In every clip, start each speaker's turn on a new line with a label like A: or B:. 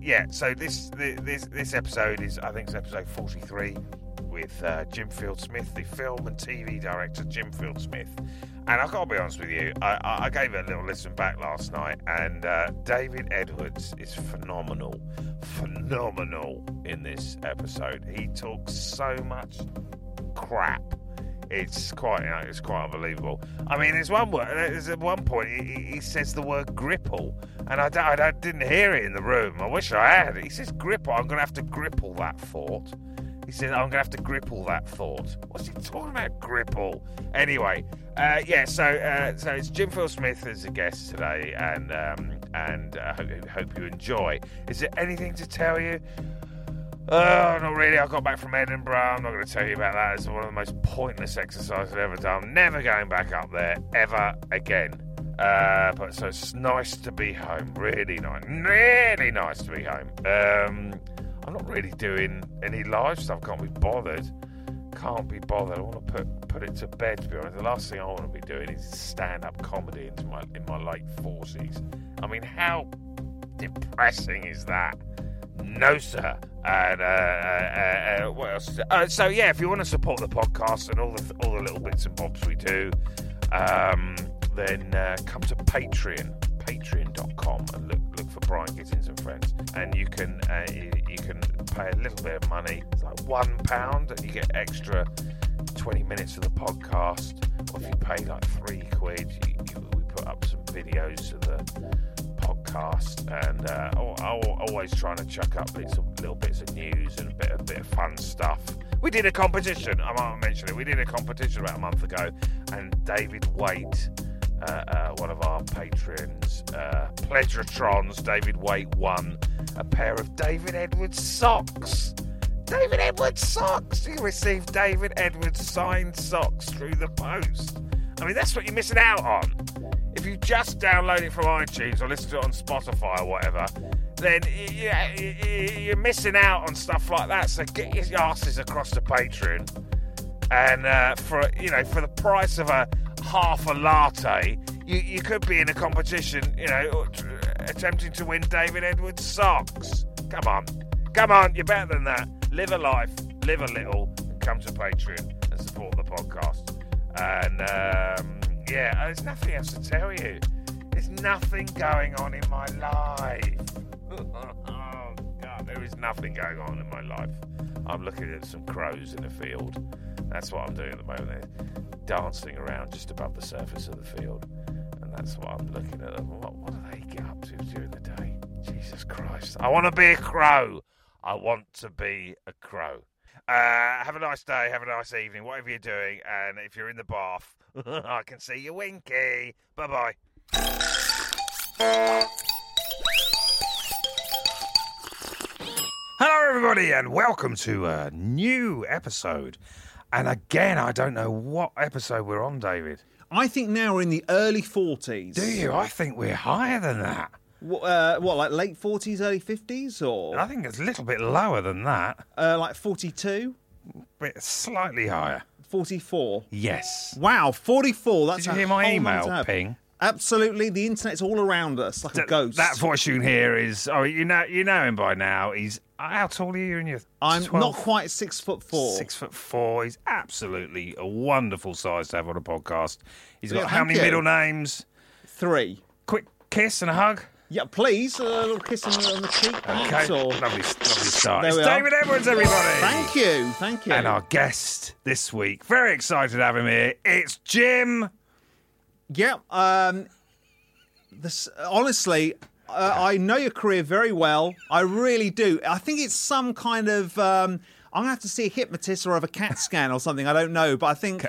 A: Yeah, so this thi- this this episode is I think it's episode 43 with uh, Jim Field Smith, the film and TV director Jim Field Smith. And I gotta be honest with you, I, I I gave it a little listen back last night, and uh, David Edwards is phenomenal, phenomenal in this episode. He talks so much crap. It's quite, you know, it's quite unbelievable. I mean, there's one word. There's at one point he, he- he says the word gripple, and I, d- I d- I didn't hear it in the room. I wish I had. He says gripple. I'm going to have to gripple that thought. He said I'm going to have to gripple that thought. What's he talking about? Gripple. Anyway, uh, yeah. So, uh, so it's Jim Phil Smith as a guest today, and um, and I hope, hope you enjoy. Is there anything to tell you? Oh, not really. I got back from Edinburgh. I'm not going to tell you about that. It's one of the most pointless exercises I've ever done. Never going back up there ever again. Uh, but so it's nice to be home. Really nice. Really nice to be home. Um, I'm not really doing any live stuff. Can't be bothered. Can't be bothered. I want to put put it to bed. To be honest, the last thing I want to be doing is stand up comedy into my in my late forties. I mean, how depressing is that? No, sir. And uh, uh, uh, uh, what else? Uh, so yeah, if you want to support the podcast and all the all the little bits and bobs we do, um, then uh, come to Patreon, Patreon.com, and look look for Brian Gittins and friends, and you can uh, you, you can pay a little bit of money, it's like one pound, and you get extra twenty minutes of the podcast. Or if you pay like three quid, you, you, we put up some videos of the podcast, and uh, al- al- always trying to chuck up bits of, little bits of news and a bit, a bit of fun stuff. We did a competition. I might mention it. We did a competition about a month ago, and David Waite, uh, uh, one of our patrons, uh, Pleasuretrons, David Waite won a pair of David Edwards socks. David Edwards socks. He received David Edwards signed socks through the post. I mean, that's what you're missing out on. If you just download it from iTunes or listen to it on Spotify or whatever, then y- y- y- you're missing out on stuff like that. So get your asses across to Patreon, and uh, for you know, for the price of a half a latte, you, you could be in a competition. You know, or t- attempting to win David Edwards socks. Come on, come on, you're better than that. Live a life, live a little, and come to Patreon and support the podcast. And um, yeah, there's nothing else to tell you. There's nothing going on in my life. oh, God, there is nothing going on in my life. I'm looking at some crows in the field. That's what I'm doing at the moment. They're dancing around just above the surface of the field. And that's what I'm looking at. them. What, what do they get up to during the day? Jesus Christ. I want to be a crow. I want to be a crow. Uh, have a nice day, have a nice evening, whatever you're doing, and if you're in the bath, I can see you winky. Bye bye. Hello, everybody, and welcome to a new episode. And again, I don't know what episode we're on, David.
B: I think now we're in the early 40s.
A: Do you? I think we're higher than that.
B: What, uh, what like late 40s, early 50s,
A: I
B: or
A: think it's a little bit lower than that,
B: uh, like 42,
A: but slightly higher.
B: 44?
A: Yes.
B: Wow, 44. That's
A: Did you
B: a
A: hear my
B: whole
A: email
B: nother tab.
A: ping?
B: Absolutely. The internet's all around us like a
A: Th-
B: ghost.
A: That voice you can hear is oh you know you know him by now. He's how tall are you? And you're
B: I'm
A: 12,
B: not quite six foot four.
A: six foot four. He's absolutely a wonderful size to have on a podcast. He's got
B: Yeah,
A: how
B: thank
A: many
B: you.
A: middle names?
B: Three.
A: Quick kiss and a hug.
B: Yeah, please. A little kiss on the, on the cheek. perhaps,
A: Okay,
B: or-
A: lovely, lovely start.
B: There
A: It's
B: we are.
A: David Edwards, everybody.
B: Thank you. Thank you.
A: And our guest this week, very excited to have him here. It's Jim.
B: Yeah. Um, this honestly, uh, I know your career very well. I really do. I think it's some kind of. Um, I'm gonna have to see a hypnotist or have a CAT scan or something. I don't know, but I think.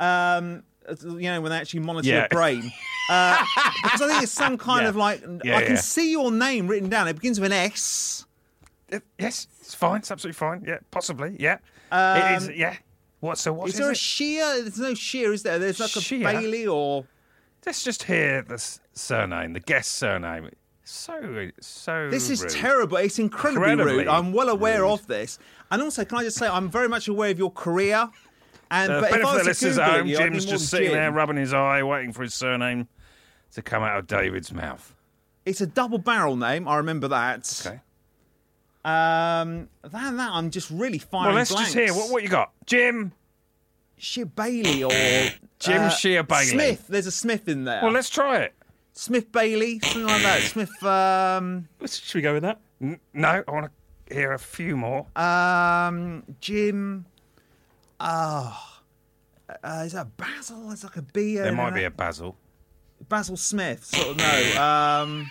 B: Um, you know when they actually monitor
A: Yeah.
B: your brain, uh, because I think it's some kind
A: Yeah.
B: of like
A: Yeah,
B: I can
A: yeah.
B: see your name written down. It begins with an S.
A: Uh, Yes, it's fine. It's absolutely fine. Yeah, possibly. Yeah. it is. Yeah. What? So what
B: Um, Is
A: is,
B: there a
A: it?
B: sheer? There's no sheer, is there? There's like a
A: Sheer?
B: Bailey or
A: Let's just hear the s- surname, the guest surname. So so.
B: This is
A: Mm, rude.
B: terrible. It's incredibly
A: Incredibly
B: rude. I'm well aware
A: rude.
B: of this. And also, can I just say, I'm very much aware of your career. And
A: Uh,
B: but if
A: benefit
B: I
A: of
B: was
A: the
B: to
A: listeners
B: Google
A: at home,
B: you, I'd be
A: Jim's
B: more
A: just
B: than
A: sitting
B: Jim.
A: there rubbing his eye, waiting for his surname to come out of David's mouth.
B: It's a double barrel name. I remember that.
A: Okay.
B: Um, that that I'm just really firing
A: Well, let's
B: blanks.
A: just hear what what you got, Jim.
B: Sheer Bailey or uh,
A: Jim Shear Bailey.
B: Smith. There's a Smith in there.
A: Well, let's try it.
B: Smith Bailey, something like that. Smith. Um,
C: Should we go with that?
A: N- no, I want to hear a few more.
B: Uh, um, Jim. Oh, uh, is that Basil? It's like a B.
A: there
B: and
A: might be
B: a-
A: a Basil.
B: Basil Smith, sort of no. Um,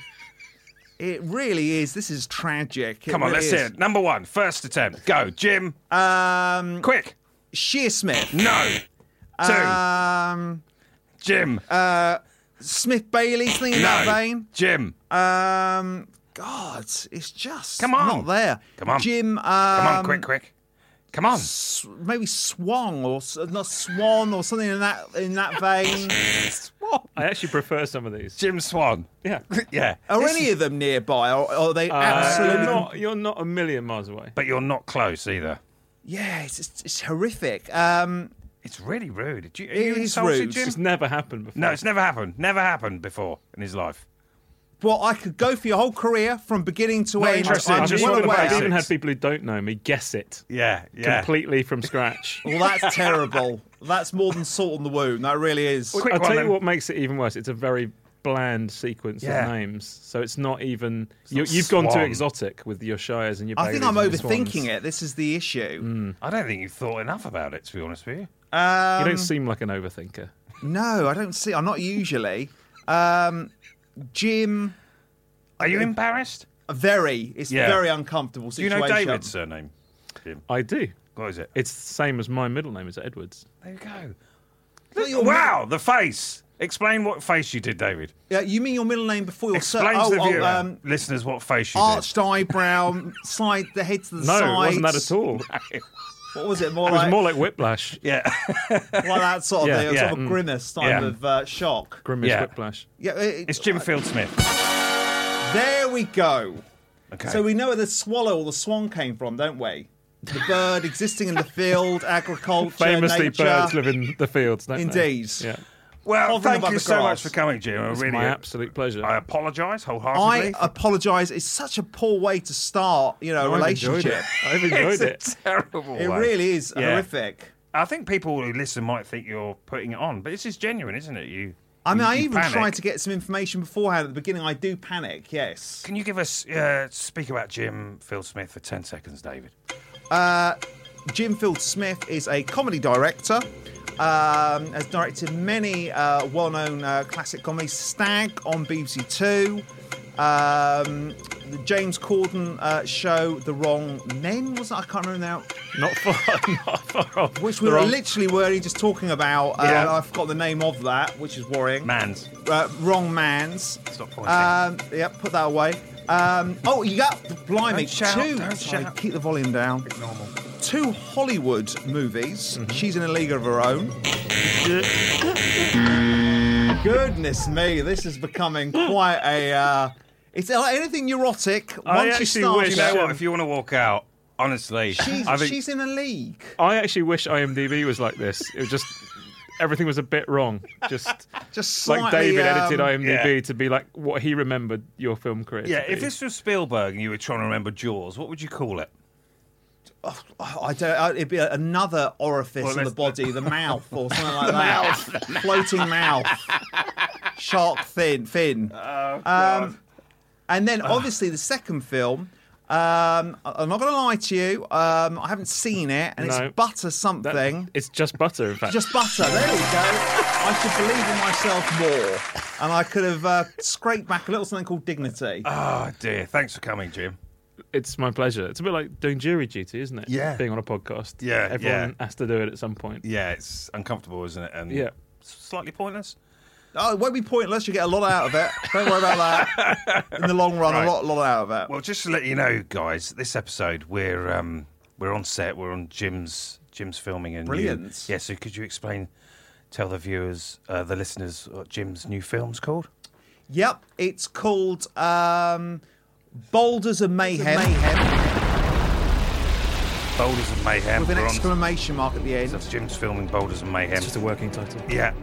B: it really is. This is tragic. It
A: Come on,
B: really
A: let's
B: is.
A: hear it. Number one, first attempt. Go, Jim.
B: Um,
A: Quick.
B: Shear Smith.
A: No. Two.
B: Um, uh,
A: Jim.
B: Smith Bailey, something in
A: no.
B: that vein.
A: Jim.
B: Um, God, it's just
A: Come on.
B: not there.
A: Come on.
B: Jim. Um,
A: Come on, quick, quick. Come on.
B: s- Maybe Swan or s- not Swan or something in that in that vein.
C: I actually prefer some of these.
A: Jim Swan.
C: Yeah.
A: Yeah.
B: Are any of them nearby? Or, or are
A: Uh,
B: they
C: Uh, You're
B: absolutely?
C: not, you're not a million miles away.
A: But you're not close either.
B: Yeah, it's, it's, it's horrific. Um,
A: It's really rude. Did you, are
B: It
A: you
B: is
A: insulted,
B: rude.
A: Jim?
C: It's never happened before.
A: No, it's never happened. Never happened before in his life.
B: Well, I could go for your whole career from beginning to
A: Not
B: end.
A: interested,
B: I'm
C: I'm
A: just
C: just
B: well
A: want the
C: talking
B: aware.
C: about. I've
A: basics.
C: even had people who don't know me guess it
A: Yeah, yeah.
C: completely from scratch.
B: Well, that's terrible. That's more than salt on the wound. That really is.
A: Quick
C: I'll
A: one
C: tell
A: then.
C: you what makes it even worse. It's a very bland sequence
A: Yeah.
C: of names, so it's not even. you,
A: not
C: you've gone too
A: Swan.
C: exotic with your shires and your.
B: I think
C: Baileys
B: I'm
C: and your
B: overthinking
C: Swans.
B: it. This is the issue.
A: I don't think you thought enough about it, to be honest with you.
C: You
A: Um,
C: don't seem like an overthinker.
B: No, I don't see. I'm not usually. Um, Jim,
A: Are you embarrassed?
B: very. It's
A: Yeah.
B: a very uncomfortable
A: Do you
B: situation.
A: know David's surname? Jim.
C: I do.
A: What is it?
C: It's the same as my middle name is Edwards.
A: There you go.
B: Not your
A: wow, the face. Explain what face you did, David.
B: Yeah, you mean your middle name before your
A: Explain
B: sur-
A: to the
B: oh, oh,
A: viewer,
B: um,
A: listeners, what face you
B: arched eyebrow, side the head to the
C: No,
B: side.
C: it wasn't that at all.
A: did.
B: What was it? More
C: It
B: like
C: was more like whiplash.
A: yeah.
B: like that sort of
C: Yeah,
B: thing,
A: yeah.
B: sort of
A: Mm.
B: grimace type
A: Yeah.
B: of uh, shock.
C: Grimace
A: Yeah.
C: whiplash.
B: Yeah, it-
A: It's Jim Fieldsmith.
B: There we go.
A: Okay.
B: So we know where the swallow or the swan came from, don't we? The bird existing in the field, agriculture,
C: Famously,
B: nature.
C: birds live in the fields, don't they?
B: Indeed.
C: Yeah.
A: well,
B: hovering
A: thank
B: above
A: you
B: the
A: so much
B: grass.
A: for coming, Jim. I
C: It's
A: Oh, really,
C: my absolute pleasure.
A: I apologise
B: I
A: wholeheartedly.
B: apologise. It's such a poor way to start, you know, a
C: I've enjoyed
B: relationship.
C: it. I've
A: it's
C: enjoyed
A: a
C: it.
A: terrible.
B: It
A: way.
B: really is
A: Yeah.
B: horrific.
A: I think people who listen might think you're putting it on, but this is genuine, isn't it? You.
B: I mean,
A: you-
B: I
A: you
B: even
A: panic.
B: tried to get some information beforehand at the beginning. I do panic, yes.
A: Can you give us uh, speak about Jim Fieldsmith for ten seconds, David?
B: Jim Field Smith is a comedy director. Um, has directed many uh, well-known uh, classic comedies. Stag on BBC Two, um, the James Corden uh, show, The Wrong Men was it? I can't remember now.
C: Not far, not far off.
B: Which we
C: The
B: were
C: wrong-
B: literally were just talking about. Uh,
A: Yeah.
B: and I forgot the name of that, which is worrying.
A: Man's.
B: Uh, wrong Man's.
A: Stop pointing.
B: Um, yep, put that away. Um, oh, you got blimey
A: Don't shout,
B: 2
A: don't
B: Sorry,
A: shout.
B: Keep the volume down.
A: Normal.
B: two Hollywood movies.
C: Mm-hmm.
B: She's in a league of her own. Goodness me, this is becoming quite a. Uh, it's like anything neurotic. Once
C: I
B: you
C: actually
B: start,
C: wish-
A: You
B: it,
A: know what?
C: Jim.
A: If you want to walk out, honestly,
B: she's,
A: I think
B: she's in a league.
C: I actually wish IMDb was like this. It was just everything was a bit wrong. Just,
B: Just
C: like
B: slightly,
C: David
B: um,
C: edited IMDb
A: yeah.
C: to be like what he remembered your film career. to
A: Yeah, if
C: be.
A: this was Spielberg and you were trying to remember Jaws, what would you call it?
B: I don't. I, it'd be a- another orifice
A: Well,
B: in the
A: let's-
B: body, the mouth or something like that.
A: Oh,
B: Floating mouth, shark fin, fin. um, And then obviously the second film. Um, I- I'm not going to lie to you. Um, I haven't seen it, and
C: No.
B: it's butter
C: That-
B: something.
C: It's just butter, in fact.
B: Just butter. There we go. I should believe in myself more, and I could have uh, scraped back a little something called dignity.
A: Oh dear. Thanks for coming, Jim.
C: it's my pleasure. It's a bit like doing jury duty, isn't it?
A: Yeah.
C: Being on a podcast.
A: Yeah,
C: Everyone
A: yeah.
C: has to do it at some point.
A: Yeah, it's uncomfortable, isn't it? And
C: Yeah.
A: slightly pointless.
B: Oh, it won't be pointless. You get a lot out of it. Don't worry about that. In the long run,
A: Right.
B: a lot, lot out of it.
A: Well, just to let you know, guys, this episode we're um, we're on set. We're on Jim's Jim's filming a new.
B: Brilliant.
A: Yeah. So could you explain, tell the viewers, uh, the listeners, what Jim's new film's called?
B: Yep, it's called um, Boulders of Mayhem,
A: Boulders of Mayhem.
B: with an
A: We're on-
B: exclamation mark at the
A: so
B: end.
A: Jim's filming Boulders of Mayhem.
C: It's just a working title.
A: Yeah.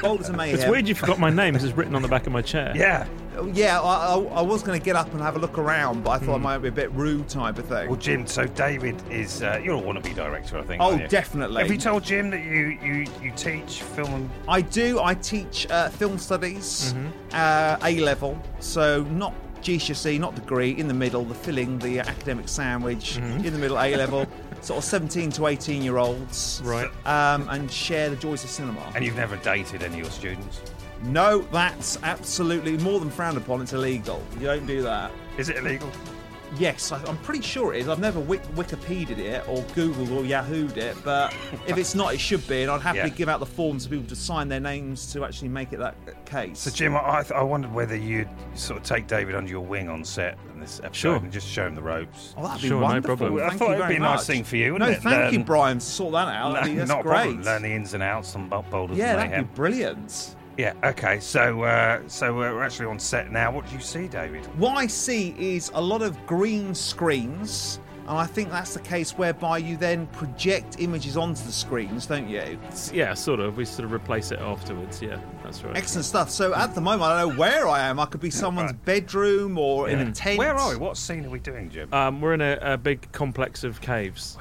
B: Boulders of Mayhem. Oh,
C: It's weird you forgot my name because it's written on the back of my chair.
A: Yeah.
B: Yeah, I, I, I was going to get up and have a look around, but I thought I might be a bit rude type of thing.
A: Well, Jim. So David is uh, you're a wannabe director, I think.
B: Oh,
A: aren't you?
B: definitely.
A: Have you told Jim that you you you teach film? and-
B: I do. I teach uh, film studies, uh, A level, so not GCSE, E, not degree, in the middle, the filling, the academic sandwich, in the middle, A level, sort of 17 to 18 year olds,
C: Right.
B: Um, and share the joys of cinema.
A: And you've never dated any of your students.
B: No, that's absolutely more than frowned upon. It's illegal. You don't do that.
A: Is it illegal?
B: Yes, I, I'm pretty sure it is. I've never wik- Wikipedia'd it or Googled or Yahoo'd it, but if it's not, it should be. And I'd happily
A: Yeah.
B: give out the forms to people to sign their names to actually make it that case.
A: So, Jim, I, I th- I wondered whether you'd sort of take David under your wing on set in this episode
C: Sure.
A: and just show him the ropes.
B: Oh, that'd be
C: Sure, no
B: wonderful.
C: problem.
A: I
B: Thank
A: thought
B: you
A: it'd
B: very
A: be a nice
B: much.
A: thing for you, wouldn't
B: No,
A: it?
B: thank you,
A: Learn-
B: Brian, to sort that out. That'd be-
A: Le-
B: that's
A: not a
B: great.
A: problem. Learn the ins and outs on Bolt Boulders.
B: yeah,
A: and
B: that'd
A: Mayhem.
B: be brilliant.
A: yeah. Okay. So, uh, so uh, we're actually on set now. What do you see, David?
B: What I see is a lot of green screens, and I think that's the case whereby you then project images onto the screens, don't you?
C: It's- yeah, sort of. We sort of replace it afterwards. Yeah, that's right.
B: Excellent stuff. So at the moment, I don't know where I am. I could be someone's bedroom or in a tent.
A: Where are we? What scene are we doing, Jim?
B: Uh,
C: Um, we're in a, a big complex of caves.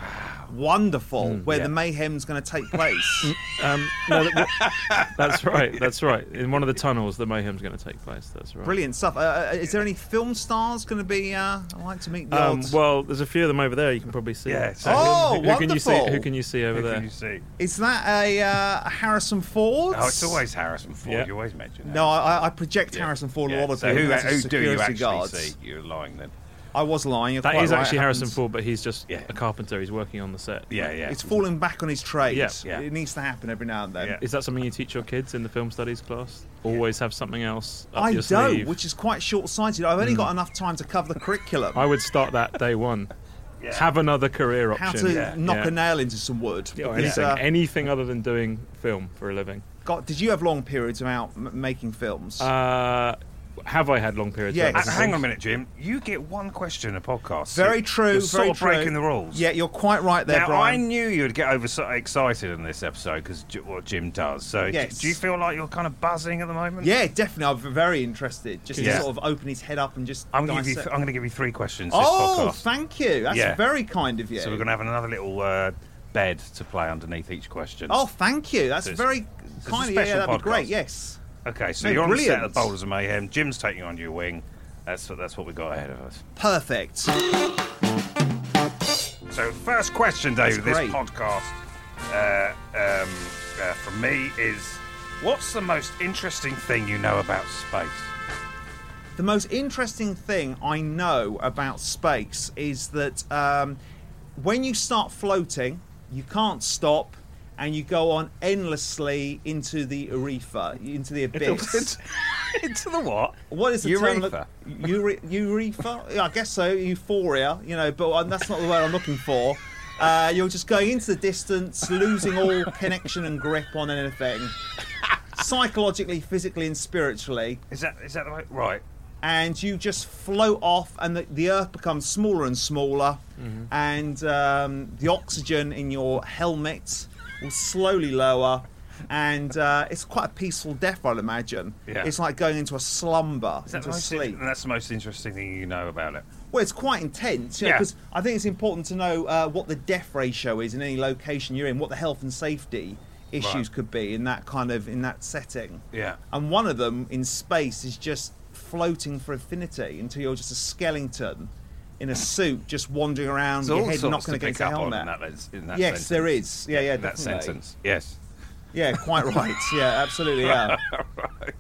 B: Wonderful, where
A: Mm, yeah.
B: the mayhem's going to take place.
C: Um, no, that- that- that's right. That's right. In one of the tunnels, the mayhem's going to take place. That's right.
B: Brilliant stuff. Uh, Uh, is there any film stars going to be? Uh, I like to meet the
C: Um,
B: odds.
C: well, there's a few of them over there. You can probably see.
A: Yeah, so-
B: Oh,
C: who, who can you see?
B: wonderful.
C: Who can you see over
A: Who
C: there?
A: can you see?
B: Is that a uh, Harrison Ford?
A: Oh, it's always Harrison Ford.
C: Yeah.
A: You always mention that.
B: No, I, I project Harrison Ford
A: Yeah,
B: a lot of
A: so
B: people
A: who,
B: as a
A: who do you
B: security
A: actually
B: guard.
A: see? You're lying then.
B: I was lying. You're
C: That
B: quite
C: is
B: right,
C: actually
B: it
C: Harrison
B: happens.
C: Ford, but he's just
A: Yeah.
C: a carpenter. He's working on the set.
A: Yeah, yeah.
B: It's falling back on his trade.
C: Yeah.
A: Yeah.
B: It needs to happen every now and then.
A: Yeah.
C: Is that something you teach your kids in the film studies class? Always have something else up
B: I
C: your
B: don't,
C: sleeve.
B: which is quite short-sighted. I've
A: Mm.
B: only got enough time to cover the curriculum.
C: I would start that day one. Have another career option.
B: How to
C: Yeah,
B: knock
C: yeah.
B: a nail into some wood.
C: Yeah, or
B: Because,
C: anything,
B: uh,
C: anything other than doing film for a living.
B: God, did you have long periods about m- making films?
C: Uh, have I had long periods?
B: Yeah,
C: of
A: Uh,
B: Yes.
A: hang on a minute, Jim. You get one question a podcast.
B: very
A: You're-
B: true.
A: You're
B: very
A: sort of
B: true.
A: breaking the rules.
B: Yeah, you're quite right there,
A: Now I
B: Brian.
A: knew you'd get over so excited in this episode because what Jim does. So d-
B: Yes.
A: do you feel like you're kind of buzzing at the moment?
B: Yeah, definitely. I'm very interested. Just
A: Yeah.
B: to sort of open his head up and just.
A: I'm going to give you.
B: dissect.
A: I'm going to give you three questions. This
B: Oh,
A: podcast.
B: thank you. That's
A: Yeah.
B: very kind of you.
A: So we're going to have another little uh, bed to play underneath each question.
B: Oh, thank you. That's
A: So it's-
B: very
A: it's a
B: kind of you. Yeah,
A: special
B: that'd be great.
A: podcast.
B: Yes.
A: Okay, so
B: No,
A: you're on the set
B: brilliant.
A: of Boulders of Mayhem. Jim's taking you under your wing. That's what. That's what we got ahead of us.
B: Perfect.
A: So, first question, David, of this
B: great.
A: podcast uh, um, uh, from me is what's the most interesting thing you know about space?
B: The most interesting thing I know about space is that um, when you start floating, you can't stop, and you go on endlessly into the urethra, into the abyss.
A: Into the what?
B: What is the
A: Urethra.
B: term? Ure- urethra? Yeah, I guess so. Euphoria, you know, but um, that's not the word I'm looking for. Uh, you're just going into the distance, losing all connection and grip on anything, psychologically, physically, and spiritually
A: Is that is that the way? Right.
B: and you just float off, and the, the earth becomes smaller and smaller, and um, the oxygen in your helmet will slowly lower. And uh, it's quite a peaceful death, I'd imagine.
A: Yeah.
B: It's like going into a slumber,
A: Is that the
B: into a
A: most
B: sleep.
A: in- that's the most interesting thing you know about it.
B: Well, it's quite intense,
A: Yeah.
B: Because I think it's important to know uh, what the death ratio is in any location you're in, what the health and safety issues
A: Right.
B: could be in that kind of in that setting.
A: Yeah.
B: And one of them in space is just floating for infinity until you're just a skeleton in a suit just wandering around,
A: There's
B: your
A: all
B: head
A: sorts
B: knocking
A: to
B: against
A: pick
B: a
A: up on in
B: helmet.
A: that, lens- in that
B: yes,
A: sentence.
B: there is. Yeah, yeah,
A: In that
B: definitely.
A: sentence. Yes.
B: Yeah, quite right. Yeah, absolutely. Yeah,
A: Right.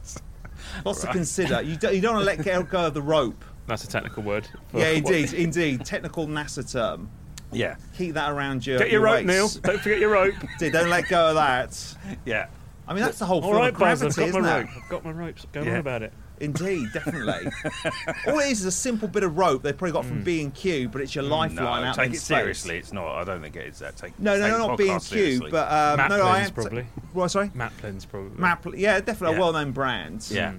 B: lots to consider. You don't, you don't want to let go- go of the rope.
C: That's a technical word. for
B: Yeah,
C: what-
B: indeed, indeed. Technical NASA term.
A: Yeah.
B: Keep that around your.
C: Get your rope, Neil.
B: waist.
C: Don't forget your rope.
B: Dude, don't let go of that.
A: Yeah.
B: I mean, that's the whole
C: All
B: film
C: right,
B: of
C: Buzz,
B: gravity,
C: I've got
B: isn't
C: my
B: it?
C: rope. I've got my rope. Stop going
A: Yeah.
C: on about it.
B: Indeed, definitely. All it is is a simple bit of rope they probably got from B and Q, but it's your lifeline
A: No,
B: out
A: take
B: in
A: it
B: space.
A: seriously. It's not. I don't think it is that. Take
B: No, no,
A: take
B: no,
A: the
B: not
A: podcast
B: B and Q,
A: seriously.
B: but um,
C: Map
B: no, no, I
C: Lens,
B: am
C: probably.
B: Well, sorry,
C: Maplins, probably. Hmm.
B: Map. Yeah, definitely
A: Yeah.
B: a well-known brand.
A: yeah.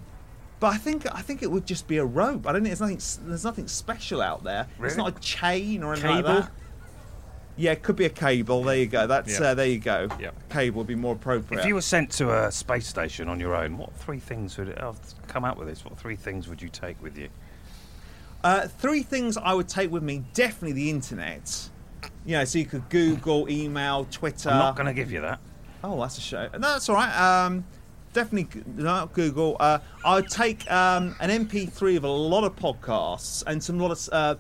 B: But I think I think it would just be a rope. I don't think there's nothing there's nothing special out there. It's
A: Really?
B: not a chain or anything
C: Cable?
B: like that. Yeah, it could be a cable. There you go. That's
C: Yeah.
B: uh, there you go.
C: Yeah.
B: Cable would be more appropriate.
A: If you were sent to a space station on your own, what three things would I've come out with this? What three things would you take with you?
B: Uh, three things I would take with me definitely the internet. You know, so you could Google, email, Twitter.
A: I'm
C: Uh,
A: not going to give you that.
B: Oh, that's a show. No, that's all right. Um, definitely g- not Google. Uh, I would take um, an MP3 of a lot of podcasts and some lot of uh,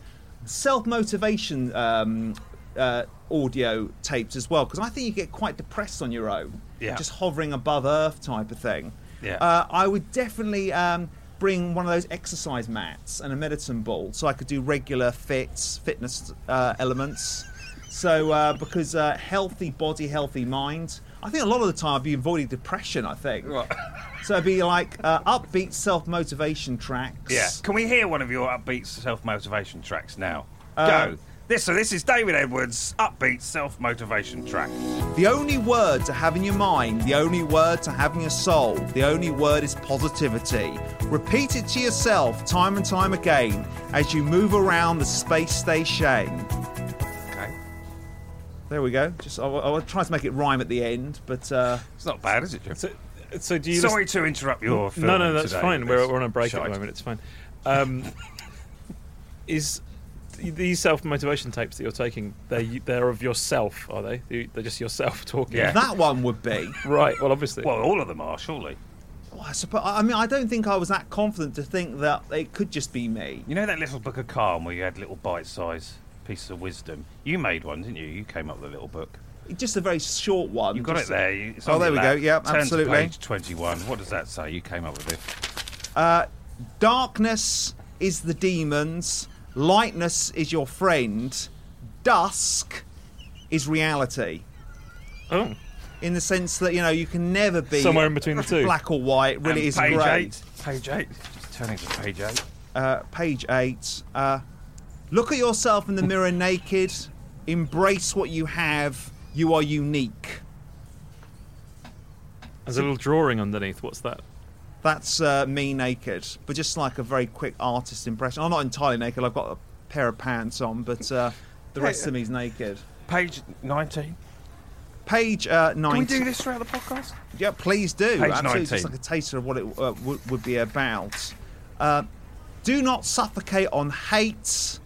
B: self motivation um, uh, audio tapes as well, because I think you get quite depressed on your own.
A: Yeah.
B: Just hovering above Earth type of thing.
A: Yeah.
B: Uh, I would definitely um, bring one of those exercise mats and a medicine ball so I could do regular fits, fitness uh, elements. So, uh, because uh, healthy body, healthy mind. I think a lot of the time I'd be avoiding depression, I think. So it'd be like uh, upbeat self motivation tracks.
A: Yeah. Can we hear one of your upbeat self motivation tracks now?
B: Uh,
A: Go. This so this is David Edwards' upbeat self motivation track.
B: The only word to have in your mind, the only word to have in your soul, the only word is positivity. Repeat it to yourself time and time again as you move around the space station.
A: Okay.
B: There we go. Just I, I, I tried to make it rhyme at the end, but uh,
A: It's not bad, is it, Jim?
C: So, so do you
A: Sorry to interrupt your film.
C: No, no, that's fine. We're, we're on a break at the moment. It's fine. Um, is these self motivation tapes that you're taking? They they're of yourself, are they? They- They're just yourself talking.
A: Yeah.
B: that one would be.
C: Right. Well, obviously.
A: Well, all of them are surely.
B: Well, I, suppose, I mean, I don't think I was that confident to think that it could just be me.
A: You know that little book of calm where you had little bite-sized pieces of wisdom. You made one, didn't you? You came up with a little book.
B: Just a very short one.
A: You got it
B: just-
A: there. you- it's
B: Oh,
A: on
B: there
A: your
B: we go.
A: lap.
B: Yep,
A: Turn
B: absolutely.
A: To page twenty-one. What does that say? You came up with it.
B: Darkness is the demons. Lightness is your friend. Dusk is reality.
C: oh,
B: In the sense that you know you can never be
C: Somewhere in between the two.
B: black or white. Really,
A: And
B: is
A: page
B: grey.
A: eight. Page eight. Just turning to page eight.
B: uh, page eight. Uh, Look at yourself in the mirror naked. Embrace what you have. You are unique.
C: there's a little drawing underneath. What's that?
B: That's uh, me naked, but just like a very quick artist impression. I'm not entirely naked. I've got a pair of pants on, but uh, the rest of me's naked.
A: Page nineteen.
B: Page uh, nine.
A: Can we do this throughout the podcast?
B: Yeah, please do.
A: Page
B: Absolutely, just
A: 19.
B: like a taster of what it uh, w- would be about. Uh, do not suffocate on hate.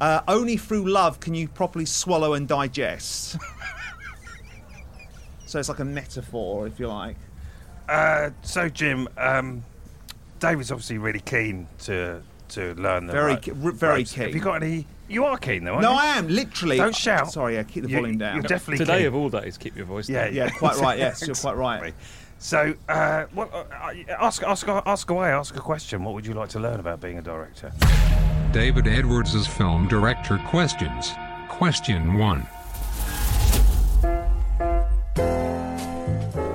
B: Uh, only through love can you properly swallow and digest. so it's like a metaphor, if you like.
A: Uh, so Jim, um, David's obviously really keen to to learn the
B: Very
A: ro-
B: ke- r- very
A: ropes. Have
B: keen.
A: you got any? You are keen though. Aren't
B: No,
A: you?
B: I am literally.
A: Don't shout.
B: Sorry, I keep the
A: You-
B: volume down.
A: You're definitely
C: Today
A: keen.
C: of all days, keep your voice
A: Yeah,
C: down.
B: yeah, quite right. Yes, you're quite right.
A: So, uh, what, uh, ask, ask, ask away, ask a question. What would you like to learn about being a director?
D: David Edwards' film director questions. Question 1.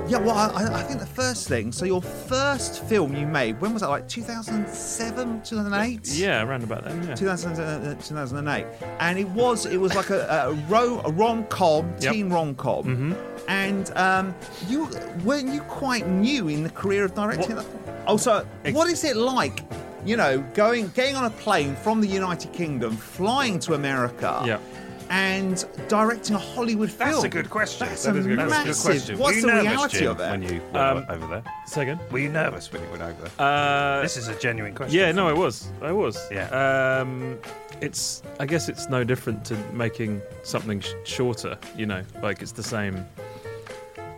B: Yeah, well, I, I- I think the first thing. So your first film you made, when was that? Like 2007, 2008?
C: Yeah, around about then. Yeah.
B: 2000, uh, 2008 and it was it was like a, a, ro- a rom-com
C: Yep.
B: teen rom-com
A: Mm-hmm.
B: and um, you weren't you quite new in the career of directing
A: What-
B: also
A: Ex-
B: what is it like you know going getting on a plane from the united kingdom flying to america
C: Yeah.
B: and directing a hollywood film
A: That's a good question.
B: that's
C: is
B: a
C: a good
B: massive
C: question.
A: That's a good question.
B: what's
A: were you
B: the
A: nervous,
B: reality
A: Jim,
B: of it
A: when you went
C: Um,
A: over there?
C: Second.
A: Were you nervous when you went over there?
C: Uh,
A: this is a genuine question.
C: Yeah, no, I was. I was.
A: Yeah.
C: Um, it's. I guess it's no different to making something sh- shorter. You know, like it's the same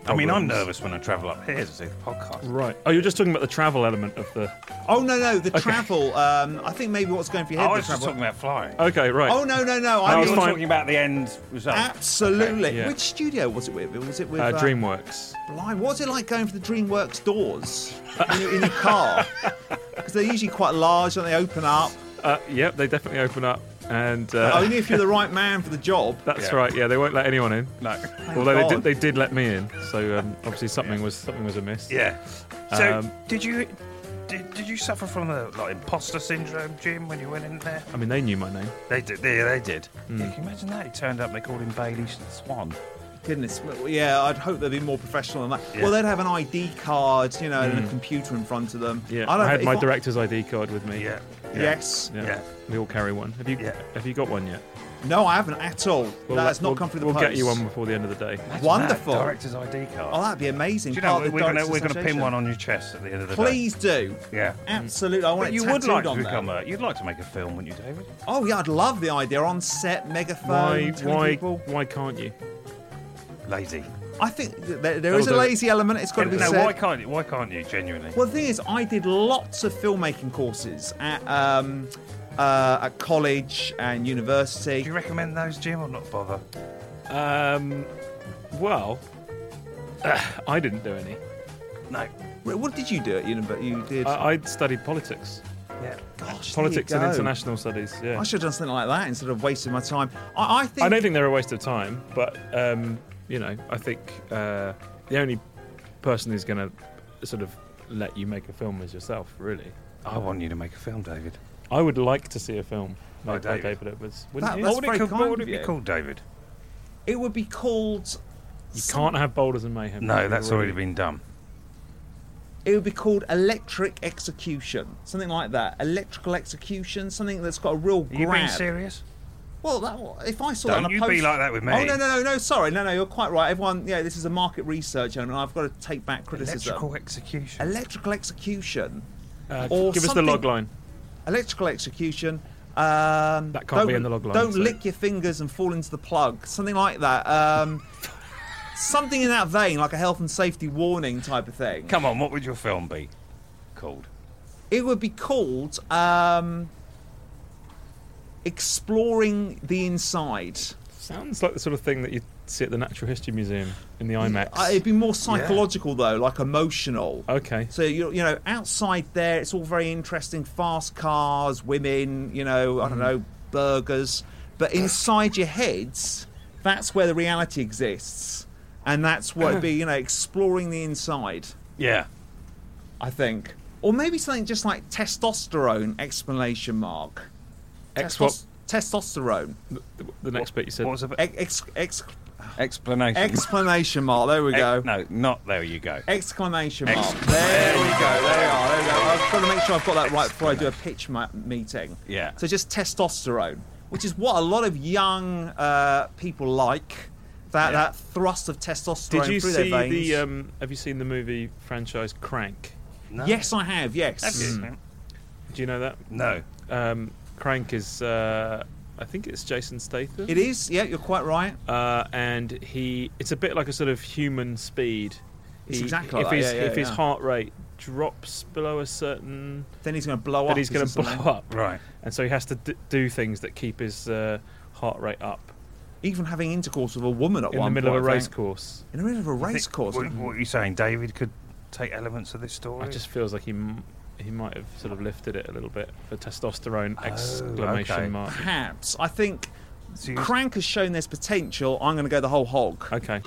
A: I mean, I'm
C: problems.
A: nervous when I travel up here to do the podcast.
C: Right. Oh, you're just talking about the travel element of the.
B: Oh no, no, the travel. Um, I think maybe what's going for your head.
A: I
B: the
A: was just
B: travel.
A: talking about flying.
C: Okay, right.
B: Oh no, no, no!
C: No,
B: I
C: it's
A: you were
B: mean,
C: Uh, fine. Ah.
A: talking about the end result.
B: absolutely.
C: Okay, yeah.
B: Which studio was it with? Was it with
C: Uh, DreamWorks.
B: Blind. What was it like going for the DreamWorks doors in your, in your car? Because they're usually quite large and they open up.
C: Uh, yep, they definitely open up, and
A: Oh,
C: uh,
B: Only if you're the right man for the job.
C: that's
A: Yeah.
C: right. Yeah, they won't let anyone in.
A: No.
C: Although they
B: God.
C: did, they did let me in, so um, obviously something was something was amiss.
A: Yeah. So,
C: Um,
A: did you did, did you suffer from the like imposter syndrome, Jim, when you went in there?
C: I mean, they knew my name.
A: They did. They, they did.
C: Hmm.
A: Yeah, can you imagine that? He turned up. They called him Bailey Swan.
B: Goodness, well, yeah, I'd hope they'd be more professional than that.
A: Yeah.
B: Well, they'd have an ID card, you know, and a computer in front of them.
C: Mm. Yeah,
B: don't-
C: I had
B: if
C: my director's ID card with me.
A: Yeah.
B: Yes.
C: Yeah.
A: Yeah.
C: we all carry one. Have you?
A: Yeah.
C: Have you got one yet?
B: No, I haven't at all.
C: We'll
B: That's
C: let-
B: not
C: we'll,
B: come through the
C: We'll
B: post.
C: get you one before the end of the day.
A: Imagine that,
B: Wonderful.
A: Director's ID card.
B: Oh, that'd be amazing.
A: do you know
B: Part
A: what?
B: of the
A: We're gonna
B: Directors
A: we're gonna pin
B: Association.
A: one on your chest at the end of the
B: Please
A: day.
B: do.
A: Yeah.
B: Absolutely. I want
A: But
B: it
A: you would
B: tattooed
A: like to
B: on there.
A: become a. You'd like to make a film, wouldn't you, David?
B: Oh yeah, I'd love the idea on set, megaphone,
C: Why?
B: telling
C: Why?
B: people.
C: Why can't you?
A: Lazy.
B: I think th- there, there is a
C: That'll do it.
B: lazy element. It's got to be
A: no,
B: said.
A: why can't you? Why can't you? Genuinely.
B: Well, the thing is, I did lots of filmmaking courses at um, uh, at college and
A: do
B: university.
A: you recommend those, Jim, or not bother?
C: Um, well, I didn't do any.
A: No.
B: Wh- What did you do at university? You did.
C: I, I studied politics,
A: Yeah.
B: Gosh, there you
C: Uh, politics and
B: go.
C: international studies. Yeah.
B: I should have done something like that instead of wasting my time. I, I think.
C: I don't think they're a waste of time, but um, you know, I think uh, the only person who's going to sort of let you make a film is yourself, really.
A: I want you to make a film, David.
C: I would like to see a film
A: Oh,
C: made by
A: David.
C: David Edwards. Wouldn't
B: That-
C: you?
B: that's
A: what would
B: very
A: it,
B: kind
A: what would
B: of
A: it be
B: you.
A: called, David?
B: it would be called.
C: You can't have Boulders and Mayhem.
A: No,
C: You've
A: that's already been done.
B: It would be called Electric Execution, something like that. Electrical Execution, something that's got a real
A: Are
B: grab.
A: you being serious?
B: Well, that, if I saw
A: Don't
B: that on a
A: you
B: post-
A: be like that with me.
B: Oh no, no, no, no. Sorry, no, no. You're quite right. Everyone, yeah, this is a market research element. I've got to take back criticism.
A: Electrical execution.
B: Electrical execution.
C: Uh,
B: Or
C: give us the
B: something-
C: log line.
B: Electrical execution. Um,
C: That can't
B: don't-
C: be in the log line,
B: Don't
C: so-
B: lick your fingers and fall into the plug. Something like that. Um, something in that vein, like a health and safety warning type of thing.
A: Come on, what would your film be called?
B: It would be called um, exploring the inside.
C: Sounds like the sort of thing that you see at the Natural History Museum in the IMAX.
B: Uh, it'd be more psychological though, like emotional.
C: Okay.
B: So you you know outside there, it's all very interesting. Fast cars, women, you know,
A: Mm.
B: I don't know, burgers. But inside your heads, that's where the reality exists, and that's what it'd be. You know, exploring the inside.
A: Yeah.
B: I think, or maybe something just like testosterone exclamation mark.
C: Ex what?
B: Testos- Testosterone
C: The next bit you said.
A: What was the
B: ex- ex- ex-
A: explanation?
B: exclamation mark. There we
A: Ex-
B: go.
A: No, not there you go.
B: Exclamation mark. there we go. There we are. There we go. I've got to make sure I've got that right before I do a pitch ma- meeting.
A: Yeah.
B: So just testosterone, which is what a lot of young uh, people like. That that thrust of testosterone
C: Did you
B: through
C: see
B: their veins.
C: the? Um, have you seen the movie franchise Crank?
B: Yes, I have. Yes. Mm.
A: Have you?
C: Do you know that?
A: No.
C: Um, Crank is. Uh, I think it's Jason Statham.
B: It is. Yeah, you're quite right.
C: uh, and he it's a bit like a sort of human speed.
B: It's
C: He-
B: exactly
C: if
B: like that,
C: his
B: yeah, yeah,
C: if his
B: yeah.
C: heart rate drops below a certain,
B: Then he's going to blow up.
C: then he's going
B: is
C: to
B: it
C: blow
B: something?
C: up.
A: Right.
C: and so he has to d- do things that keep his uh, heart rate up
B: Even having intercourse with a woman at
C: in the
B: one
C: middle of a
B: point, I
C: race
B: think.
C: course.
B: In the middle of a race
A: Thi-
B: course.
A: What, what are you saying? David could take elements of this story?
C: It just feels like he m- he might have sort of lifted it a little bit for testosterone
B: Oh,
C: exclamation
A: okay.
C: mark.
B: Perhaps. I think.
A: So you-
B: Crank has shown there's potential. I'm going to go the whole hog.
C: Okay,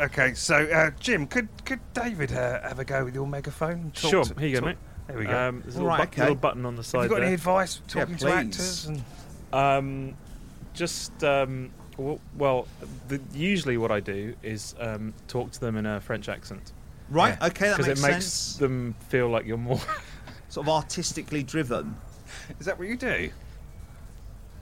A: Okay, so uh, Jim, could could David uh, have a go with your megaphone? Talk
C: sure.
A: to-
C: Here you go,
A: talk-
C: mate.
A: There we go.
C: Um, there's a little,
B: Right,
C: bu-
B: okay.
C: little button on the
A: have
C: side
A: you got
C: there.
A: any advice talking to
B: please.
A: actors? And
C: Um, just um, w- well, the, usually what I do is um, talk to them in a French accent
B: Right.
A: Yeah.
B: Okay, that
C: because
B: makes,
C: it makes
B: sense.
C: them feel like you're more.
B: Sort of artistically driven.
A: is that what you do?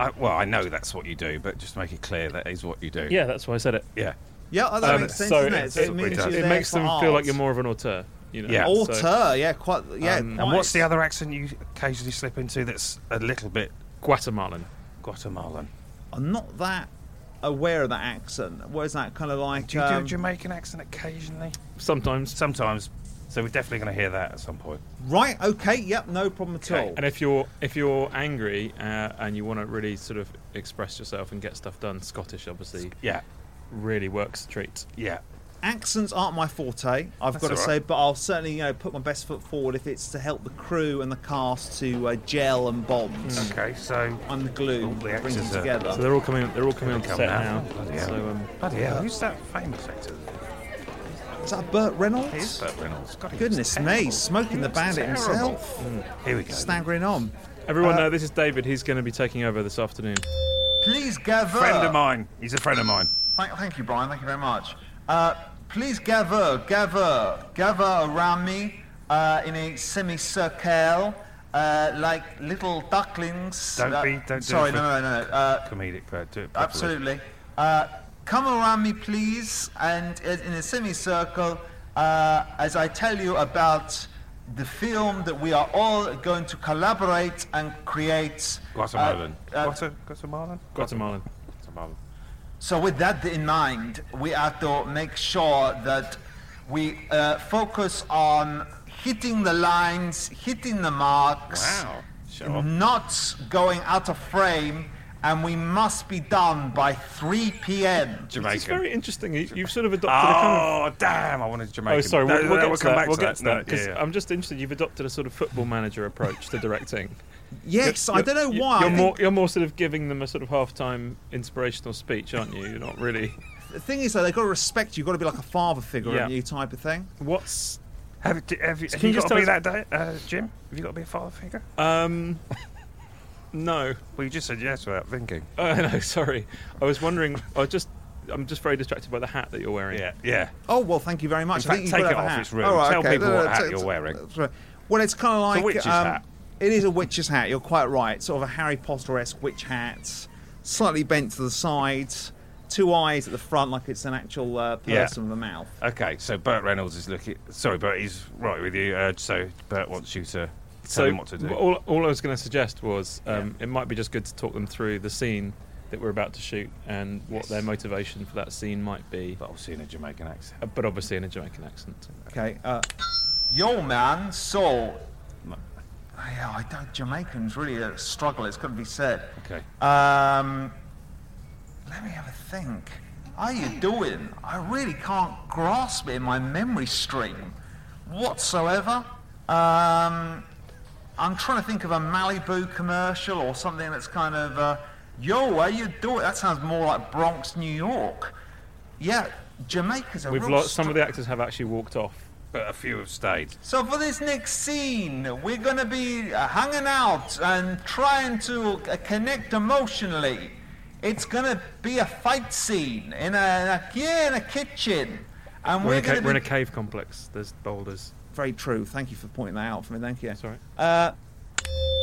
A: I, well, I know that's what you do, but just make it clear that is what you do.
C: yeah, that's why I said it.
A: Yeah.
B: Yeah, oh, that
C: Um,
B: makes sense,
C: so
B: doesn't it?
C: it's-
B: So it
A: it
B: means
A: does.
B: you're
C: It
B: there
C: makes
B: for
C: them
B: art.
C: feel like you're more of an auteur. You know?
A: Yeah.
B: Auteur,
C: so-
B: yeah, quite, yeah.
C: Um, and
A: And
B: quite.
A: what's the other accent you occasionally slip into that's a little bit
C: Guatemalan.
A: Guatemalan?
B: I'm not that aware of that accent. What is that kind of like?
A: Do you do a
B: um,
A: Jamaican accent occasionally?
C: Sometimes.
A: Sometimes. So we're definitely going to hear that at some point.
B: right. Okay. Yep. No problem at all.
C: And if you're if you're angry uh, and you want to really sort of express yourself and get stuff done, Scottish obviously
A: Yeah.
C: really works a treat.
A: Yeah.
B: accents aren't my forte, I've
A: That's
B: got to
A: all
B: say,
A: right.
B: but I'll certainly you know put my best foot forward if it's to help the crew and the cast to uh, gel and bond,
A: Okay, so.
B: unglue,
A: All the
B: bring them
A: actors are-
B: together.
C: Mm. So they're all coming. They're all coming on
A: Come
C: set now.
A: now. Bloody hell.
C: So um,
A: Bloody hell. Who's that famous actor?
B: Is that Burt Reynolds?
A: It is Burt Reynolds. God, he looks
B: Goodness me,
A: terrible.
B: smoking
A: He
B: the
A: looks
B: bandit
A: terrible.
B: himself,
A: Here we go.
B: staggering on.
C: everyone, uh, this is David. He's going to be taking over this afternoon.
E: Please gather.
A: Friend of mine. He's a friend of mine.
E: Thank, thank you, Brian. Thank you very much. Uh, please gather, gather, gather around me uh, in a semicircle, uh, like little ducklings.
A: Don't
E: Uh,
A: be- don't do it
E: Sorry,
A: for-
E: no, no, no. Uh,
A: Comedic. Uh, do it properly.
E: absolutely. Uh, come around me, please, and i- in a semicircle, uh, as I tell you about the film that we are all going to collaborate and create.
A: Guatemalan.
E: Uh, uh,
A: Guata- Guatemalan?
C: Guatemalan.
A: Guatemalan.
E: So, with that in mind, we have to make sure that we uh, focus on hitting the lines, hitting the marks,
A: Wow. Show off.
E: not going out of frame, and we must be done by 3 p.m.
A: Jamaican.
C: It's very interesting. You, you've sort of adopted a kind of.
A: Oh, damn. I wanted Jamaican.
C: Oh, sorry.
A: No,
C: We'll,
A: no,
C: we'll
A: no,
C: get
A: we'll
C: to
A: come
C: that.
A: back
C: We'll
A: to
C: get to that
A: that.
C: because
A: yeah. Um,
C: I'm just interested. You've adopted a sort of football manager approach to directing.
B: Yes, I don't know
C: You-
B: why. I
C: You're
B: think-
C: more, you're more sort of giving them a sort of half-time inspirational speech, aren't you? You're not really.
B: The thing is, though, they've got to respect you. You've got to be like a father figure,
C: Yeah.
B: haven't you, type of thing.
C: What's
A: Have, do- have you, have
C: Can
A: you
C: you
A: got
C: just
A: to be
C: tell
A: that day, uh, Jim? Have you got to be a father figure?
C: um, no.
A: well, you just said yes without thinking.
C: Oh no, sorry. I was wondering. I was just. I'm just very distracted by the hat that you're wearing.
A: Yeah, yeah.
B: Oh well, thank you very much.
A: In
B: I
A: fact,
B: think you've
A: take
B: got to
A: it
B: have a
A: off,
B: hat.
A: it's rude.
B: All
A: Tell
B: okay,
A: people
B: no, no,
A: what
B: no,
A: hat
B: take-
A: you're wearing.
B: that's right. Well, it's kind of like
A: witch's
B: um,
A: hat.
B: It is a witch's hat. You're quite right. Sort of a Harry Potter-esque witch hat, slightly bent to the sides, two eyes at the front, like it's an actual uh,
A: Yeah.
B: person with a mouth.
A: Okay, so Burt Reynolds is looking. Sorry, Burt, he's right with you. Uh, so Burt wants you to tell
C: So
A: him what to do.
C: all, all I was going to suggest was um, it might be just good to talk them through the scene that we're about to shoot and what their motivation for that scene might be,
A: but obviously in a Jamaican accent.
C: Uh, but obviously in a Jamaican accent.
B: Okay. Uh,
E: Yo, man, so. Yeah, I don't. Jamaicans really uh, struggle, it's got to be said.
A: Okay.
E: Um, let me have a think. How you doing? I really can't grasp it in my memory stream whatsoever. Um, I'm trying to think of a Malibu commercial or something that's kind of, uh, yo, how you doing? That sounds more like Bronx, New York. Yeah, Jamaica's a
C: We've
E: real
C: lost some of
E: str-
C: the actors have actually walked off.
A: But a few have stayed.
E: so for this next scene, we're gonna be uh, hanging out and trying to uh, connect emotionally. It's gonna be a fight scene in a, in a yeah in a kitchen, and we're,
C: We're, in, a
E: gonna
C: ca- we're in a
E: be
C: cave complex. There's boulders.
B: very true. Thank you for pointing that out for me. Thank you.
C: Sorry.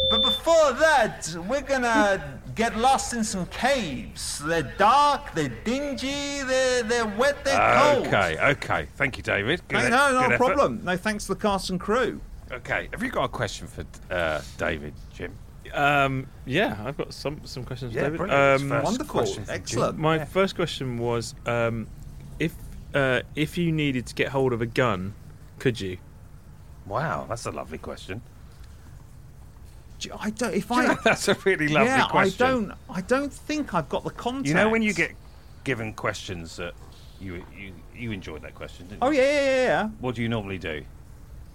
E: But before that, we're gonna get lost in some caves. They're dark, they're dingy, they're they're wet, they're cold.
A: Okay, okay. Thank you, David. Good
B: Hey,
A: e-
B: no, no,
A: good effort.
B: problem. No, thanks to the cast and crew.
A: Okay, have you got a question for uh, David, Jim?
C: Um, yeah, I've got some some questions. for
A: Yeah,
C: David.
A: brilliant.
C: Um,
A: First
B: Wonderful.
A: question from Jim.
B: Excellent.
C: My first question was um, if uh, if you needed to get hold of a gun, could you?
A: Wow, that's a lovely question.
B: Do you- I don't. If I.
A: That's a really lovely
B: yeah,
A: question.
B: I don't. I don't think I've got the contact.
A: You know when you get given questions that you you you enjoyed that question, didn't you?
B: Oh yeah, yeah, yeah. yeah.
A: What do you normally do?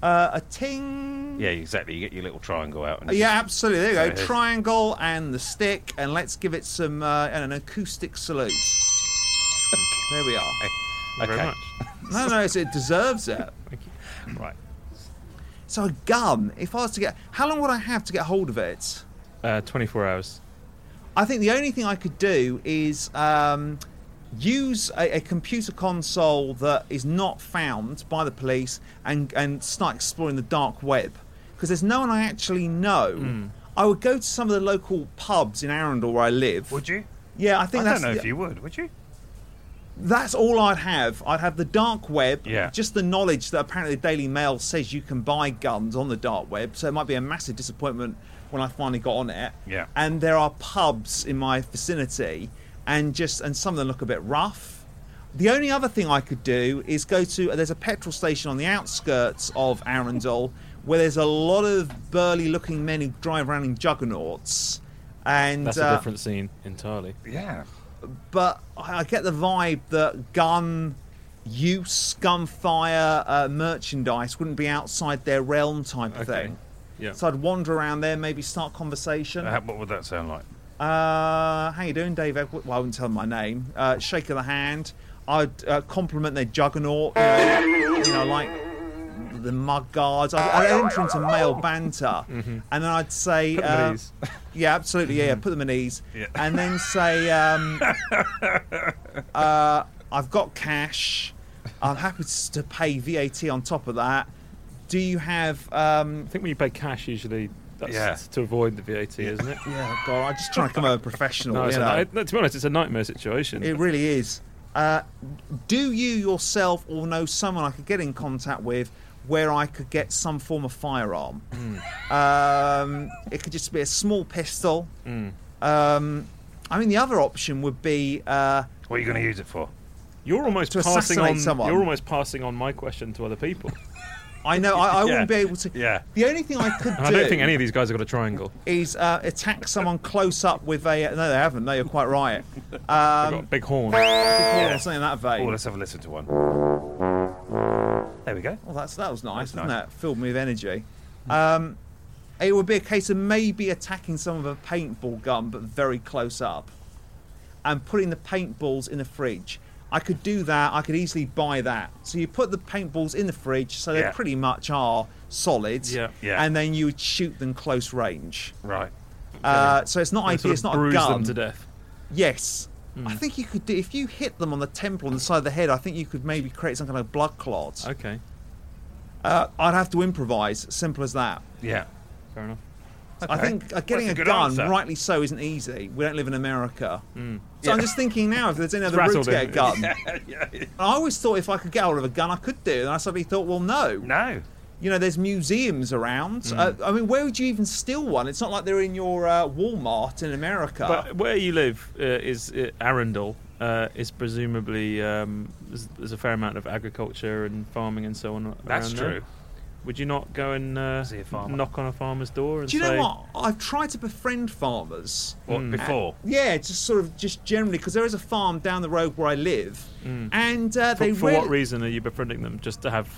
B: Uh, a ting.
A: Yeah, exactly. You get your little triangle out and
B: Yeah, absolutely. There you
A: So
B: go.
A: it is.
B: Triangle and the stick, and let's give it some uh, an acoustic salute. there we are.
C: Thank you
A: Okay.
C: very much.
B: No, no, it's, it deserves it.
A: right.
B: So a gun. If I was to get, how long would I have to get hold of it?
C: Uh, 24 hours.
B: I think the only thing I could do is um, use a, a computer console that is not found by the police and, and start exploring the dark web. Because there's no one I actually know.
A: Hmm.
B: I would go to some of the local pubs in Arundel where I live.
A: Would you?
B: Yeah, I
A: I,
B: think
A: don't
B: that's
A: know
B: the-
A: if you would. Would you?
B: that's all I'd have. I'd have the dark web,
A: Yeah.
B: just the knowledge that apparently the Daily Mail says you can buy guns on the dark web. So it might be a massive disappointment when I finally got on it.
A: Yeah.
B: And there are pubs in my vicinity and just and some of them look a bit rough. The only other thing I could do is go to there's a petrol station on the outskirts of Arundel where there's a lot of burly looking men who drive around in juggernauts. And
C: That's
B: uh,
C: a different scene entirely.
F: Yeah.
B: but I I get the vibe that gun use, gunfire, uh, merchandise wouldn't be outside their realm type of
C: Okay.
B: thing.
C: Yeah.
B: So I'd wander around there, maybe start conversation.
F: Uh, what would that sound like?
B: Uh, how you doing, Dave? Edward? Well, I wouldn't tell them my name. Uh, shake of the hand. I'd uh, compliment their juggernaut. You know, you know, like the mud guards. I'd, I'd enter into male banter, and then I'd say,
C: Mm-hmm. them at
B: uh,
C: ease.
B: "Yeah, absolutely, yeah, yeah, put them at ease,"
F: Yeah.
B: and then say, um, uh, "I've got cash. I'm happy to, to pay VAT on top of that. Do you have um,
C: I think when you pay cash, usually that's
F: Yeah.
C: to avoid the VAT, isn't it?
B: Yeah, God, I'm just trying to come over professional.
C: No, it's
B: you
C: a,
B: know.
C: ni- no, to be honest, it's a nightmare situation.
B: It really is. Uh, do you yourself or know someone I could get in contact with where I could get some form of firearm?
C: Hmm.
B: Um, it could just be a small pistol.
C: Hmm.
B: Um, I mean, the other option would be uh,
F: What are you going to use it for?
C: you're almost
B: To
C: passing
B: assassinate
C: on.
B: someone.
C: You're almost passing on my question to other people.
B: I know I, I
C: Yeah.
B: wouldn't be able to.
F: Yeah.
B: The only thing I could
C: And
B: do
C: I don't think any of these guys have got a triangle.
B: is uh, attack someone close up with a. No, they haven't. No, you're quite right.
C: They've
B: Um,
C: got a big horn.
B: Yeah. Something in that
F: Oh,
B: vein.
F: let's have a listen to one. There we go.
B: Well, Oh, that's that was nice,
F: That's
B: wasn't
F: nice.
B: it? Filled me with energy. Um, it would be a case of maybe attacking someone with a paintball gun, but very close up, and putting the paintballs in the fridge. I could do that. I could easily buy that. So you put the paintballs in the fridge, so they
F: Yeah.
B: pretty much are solid.
C: Yeah.
F: Yeah.
B: And then you would shoot them close range.
F: Right.
B: Uh, so it's not
C: and
B: ideal.
C: sort of
B: It's not a
C: bruise
B: gun.
C: them to death. Hmm.
B: Yes. I think you could do if you hit them on the temple on the side of the head. I think you could maybe create some kind of blood clot.
C: Okay,
B: Uh, I'd have to improvise. Simple as that.
F: Yeah.
C: fair enough.
B: I think uh,
F: Well,
B: getting
F: that's a
B: a,
F: good
B: gun,
F: answer.
B: rightly so, isn't easy. We don't live in America. So I'm just thinking now if there's any other route
C: rattled
B: to get a
C: him.
B: gun. I always thought if I could get hold of a gun, I could do it. And I suddenly thought, well, no.
F: No.
B: You know, there's museums around. Uh, I mean, where would you even steal one? It's not like they're in your uh, Walmart in America.
C: But where you live uh, is uh, Arundel. Uh, is presumably um, there's, there's a fair amount of agriculture and farming and so on.
F: That's
C: around there.
F: true.
C: Would you not go and uh,
F: See a farmer.
C: knock on a farmer's door and
B: do you
C: say,
B: know what? I've tried to befriend farmers. Mm. Uh,
F: What before?
B: Yeah, just sort of just generally because there is a farm down the road where I live, and uh,
C: For,
B: they
C: for
B: really,
C: what reason are you befriending them? Just to have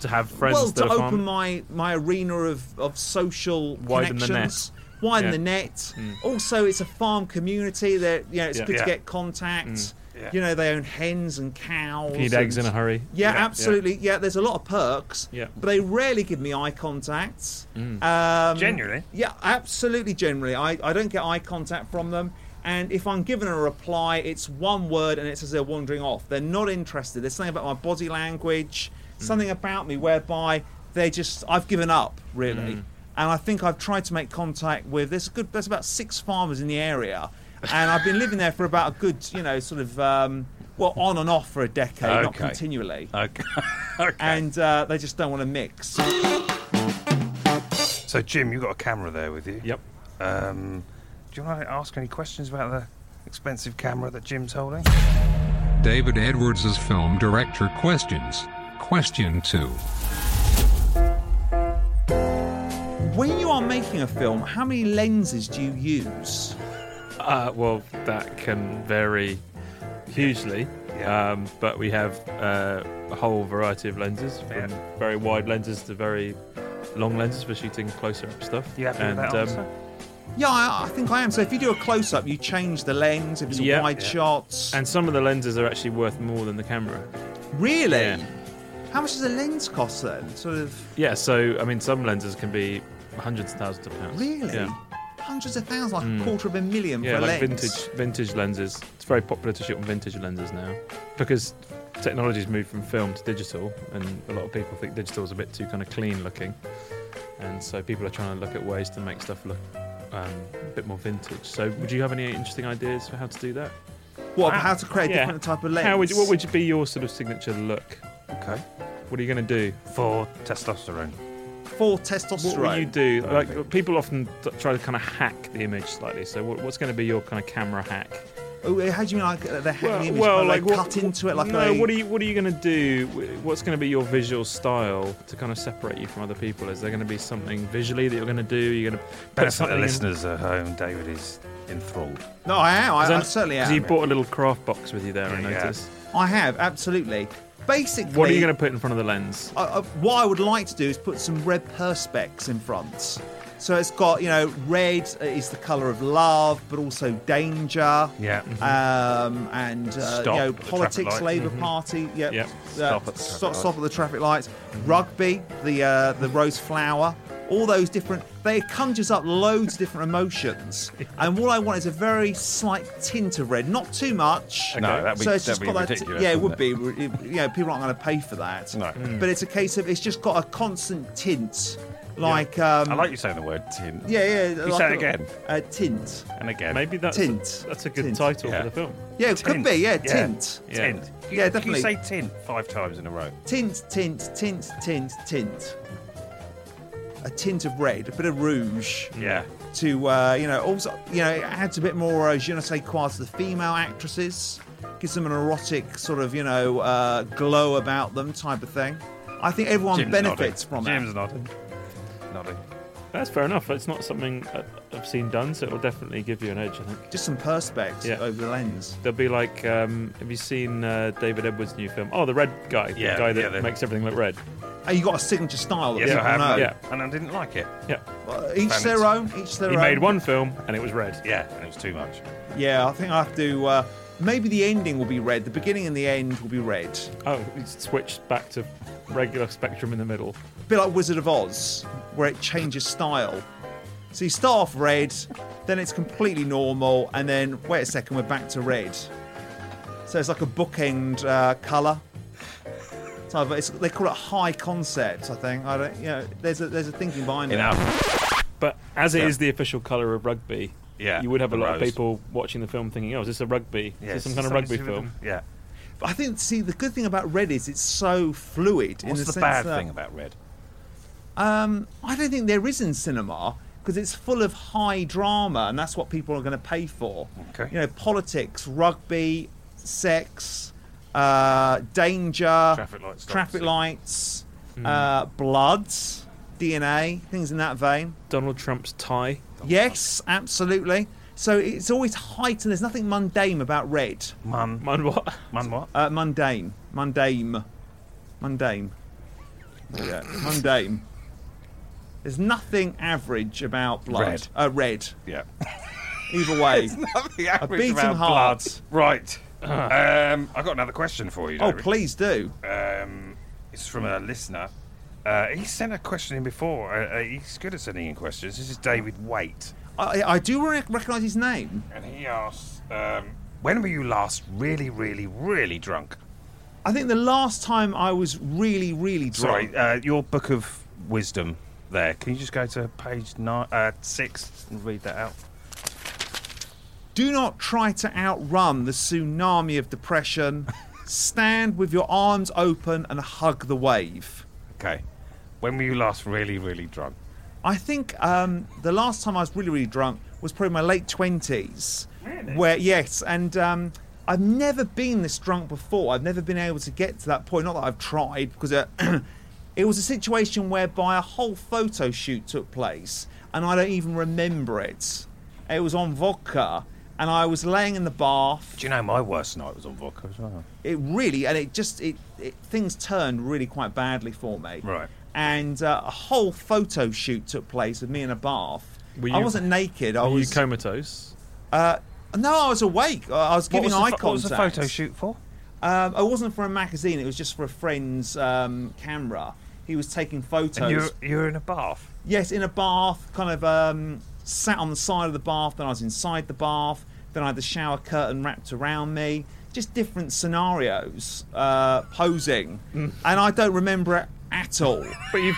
C: to have friends
B: well
C: that
B: to
C: are
B: open
C: farm-
B: my my arena of of social
C: Widen the net.
B: connections widen
C: Yeah. Mm.
B: the net also it's a farm community that you know it's
C: Yeah.
B: good to
F: Yeah.
B: get contact
F: Yeah.
B: you know they own hens and cows
C: Need eggs in
B: and-
C: a hurry.
B: yeah,
F: Yeah.
B: absolutely. Yeah. there's a lot of perks,
C: Yeah. Mm.
B: but they rarely give me eye contact. Um,
F: Genuinely?
B: Yeah, absolutely. Generally, I, I don't get eye contact from them. And if I'm given a reply, it's one word and it says they're wandering off. They're not interested. There's something about my body language,
F: Mm.
B: something about me whereby they just, I've given up, really.
F: Mm.
B: And I think I've tried to make contact with, there's, a good, there's about six farmers in the area. And I've been living there for about a good, you know, sort of, um, well, on and off for a decade, not
F: Okay.
B: continually
F: Okay. okay.
B: and uh, they just don't want to mix.
F: so, Jim, you've got a camera there with you.
C: Yep.
F: Um, do you want to ask any questions about the expensive camera that Jim's holding?
D: David Edwards' film director questions. Question 2.
B: When you are making a film, how many lenses do you use?
C: Uh, well, that can vary hugely.
F: Yeah.
C: Um, but we have uh, a whole variety of lenses, from
F: Yeah.
C: very wide lenses to very long lenses for shooting closer up stuff.
F: You happy
C: and,
F: with that
C: um,
F: answer?
B: Yeah, I, I think I am. So if you do a close up, you change the lens. If it's
C: Yeah.
B: a wide
C: Yeah.
B: shot,
C: and some of the lenses are actually worth more than the camera.
B: really,
C: yeah.
B: how much does a lens cost then? Sort of
C: Yeah, so I mean, some lenses can be hundreds of thousands of pounds.
B: really,
C: Yeah. Hmm.
B: hundreds of thousands, like a quarter of a million for
C: Yeah,
B: a
C: like
B: lens.
C: vintage vintage lenses. It's very popular to shoot on vintage lenses now because technology's moved from film to digital, and a lot of people think digital's a bit too kind of clean looking, and so people are trying to look at ways to make stuff look um, a bit more vintage. So, would you have any interesting ideas for how to do that?
B: What? How to create a different type of lens?
C: How would you, what would you be your sort of signature look?
F: Okay.
C: What are you going to do?
F: For testosterone.
B: for
C: What
B: testosterone?
C: will you do?
F: Right.
C: Like people often t- try to kind of hack the image slightly. So, what, what's going to be your kind of camera hack
B: Oh, how do you mean like uh, they're hacking the image?
C: well,
B: Well, like,
C: like what,
B: cut into it, like
C: no.
B: they,
C: What are you What are you going to do? Wh- What's going to be your visual style to kind of separate you from other people? Is there going to be something visually that you're going to do? You're going to
F: Better for the listeners at home, David is enthralled.
B: No, I am. I, I certainly am.
C: Because you bought a little craft box with you there, I
F: Yeah, yeah.
C: noticed.
B: I have absolutely. Basically,
C: What are you going to put in front of the lens?
B: I, I, what I would like to do is put some red perspex in front. So it's got, you know, red is the colour of love, but also danger.
F: Yeah. mm-hmm.
B: Um, and, uh,
F: Stop
B: you know,
F: at the traffic
B: politics,
F: light.
B: Labour Party. Yep.
C: Yep.
F: Stop at the
B: stop,
F: traffic
B: stop at the traffic lights. Rugby, the, uh,
F: Mm-hmm.
B: the rose flower. All those different, they conjures up loads of different emotions. And what I want is a very slight tint of red, not too much.
F: No, that'd be-
B: so it's
F: that'd
B: just
F: be
B: got that-
F: ridiculous,
B: yeah, it
F: wouldn't
B: would
F: it?
B: be be, re- it- you know, people aren't going to pay for that.
F: No. Mm.
B: But it's a case of it's just got a constant tint, like um,
F: I like you saying the word tin.
B: yeah, yeah. like
F: say it
B: a-
F: again.
B: A tint.
F: And again.
C: Maybe that's
B: Tint.
C: A, that's a good
B: Tint.
C: title
F: Yeah.
C: for the film.
B: Yeah, it could
F: Tint.
B: be. Yeah,
F: Yeah.
B: tint.
F: Yeah. Tint.
B: Yeah,
F: You- can
B: definitely.
F: you say tin five times in a row?
B: Tint, tint, tint, tint, tint. A tint of red, a bit of rouge.
F: Yeah.
B: to uh, you know also you know it adds a bit more uh, je ne sais quoi to the female actresses gives them an erotic sort of you know uh, glow about them type of thing i think everyone
F: Jim's
B: benefits
F: nodding.
B: from
F: Jim's
B: it
F: nodding. Nodding.
C: That's fair enough. It's not something I- I've seen done, so it will definitely give you an edge. I think
B: just some perspex
C: Yeah.
B: over the lens
C: there'll be like, um, have you seen uh, David Edwards' new film? Oh, the red guy,
F: Yeah,
C: the guy
F: yeah,
C: that
F: the-
C: makes everything look red.
B: and you got a signature style that
F: Yes,
B: people
F: I have.
B: know
C: Yeah.
F: And I didn't like it.
C: Yeah,
B: Uh, each their own each their
C: he
B: own
C: made one film and it was red.
F: Yeah, and it was too much.
B: yeah i think i have to uh, maybe the ending will be red the beginning and the end will be red
C: Oh, he switched back to regular spectrum in the middle.
B: a bit like Wizard of Oz, where it changes style. So you start off red, then it's completely normal, and then wait a second, we're back to red. So it's like a bookend uh, color. So it's, they call it high concept, I think. I don't, you know, there's a there's a thinking behind it.
F: Enough.
C: But as it is
F: Yeah.
C: the official colour of rugby,
F: Yeah,
C: you would have a
F: the
C: lot of
F: rose.
C: people watching the film thinking, "Oh, is this a rugby?
F: Yeah,
C: is this some kind of rugby film?"
F: Yeah.
B: But I think see the good thing about red is it's so fluid. in
F: What's
B: the,
F: the,
B: sense
F: bad
B: that-
F: thing about red?
B: I don't think there is in cinema because it's full of high drama, and that's what people are going to pay for.
F: Okay.
B: You know, politics, rugby, sex, uh, danger,
F: Traffic lights,
B: traffic
F: obviously. Hmm.
B: lights, uh, bloods, DNA, things in that vein.
C: Donald Trump's tie.
B: yes, absolutely. So it's always heightened. There's nothing mundane about red.
F: Mun.
C: Man, what?
F: Mun what?
B: Uh, mundane, mundane, mundane. Yeah, mundane. There's nothing average about blood.
F: Red.
B: Uh, red.
F: Yeah.
B: Either way.
F: Nothing
B: A
F: average
B: beating
F: about
B: heart.
F: blood. Right. um, I've got another question for you.
B: Oh,
F: David.
B: please do.
F: Um, it's from a listener. Uh, he sent a question in before. Uh, uh, he's good at sending in questions. This is David Waite.
B: I, I do rec- recognise his name.
F: And he asks, um, when were you last really, really, really drunk?
B: I think the last time I was really, really drunk.
F: Sorry, uh, your book of wisdom there. Can you just go to page nine, uh, six and read that out?
B: Do not try to outrun the tsunami of depression. Stand with your arms open and hug the wave.
F: Okay. When were you last really, really drunk?
B: I think um, the last time I was really, really drunk was probably my late twenties. Really? Where yes, and um, I've never been this drunk before. I've never been able to get to that point. Not that I've tried, because uh, it was a situation whereby a whole photo shoot took place, and I don't even remember it. It was on vodka, and I was laying in the bath
F: Do you know my worst night was on vodka as well?
B: it really and it just it, it things turned really quite badly for me
F: Right.
B: and uh, a whole photo shoot took place with me in a bath
C: Were
B: i
C: you-
B: wasn't naked i
C: Are you
B: was
C: comatose?
B: uh, no i was awake i I was giving eye
F: what was the,
B: contact
F: pho- What was the photo shoot for?
B: um, it wasn't for a magazine it was just for a friend's um, camera he was taking photos
F: And you're, you're in a bath.
B: yes, in a bath, kind of um, sat on the side of the bath. Then I was inside the bath. Then I had the shower curtain wrapped around me. Just different scenarios, uh, posing,
F: Mm.
B: and I don't remember it at all.
C: But you,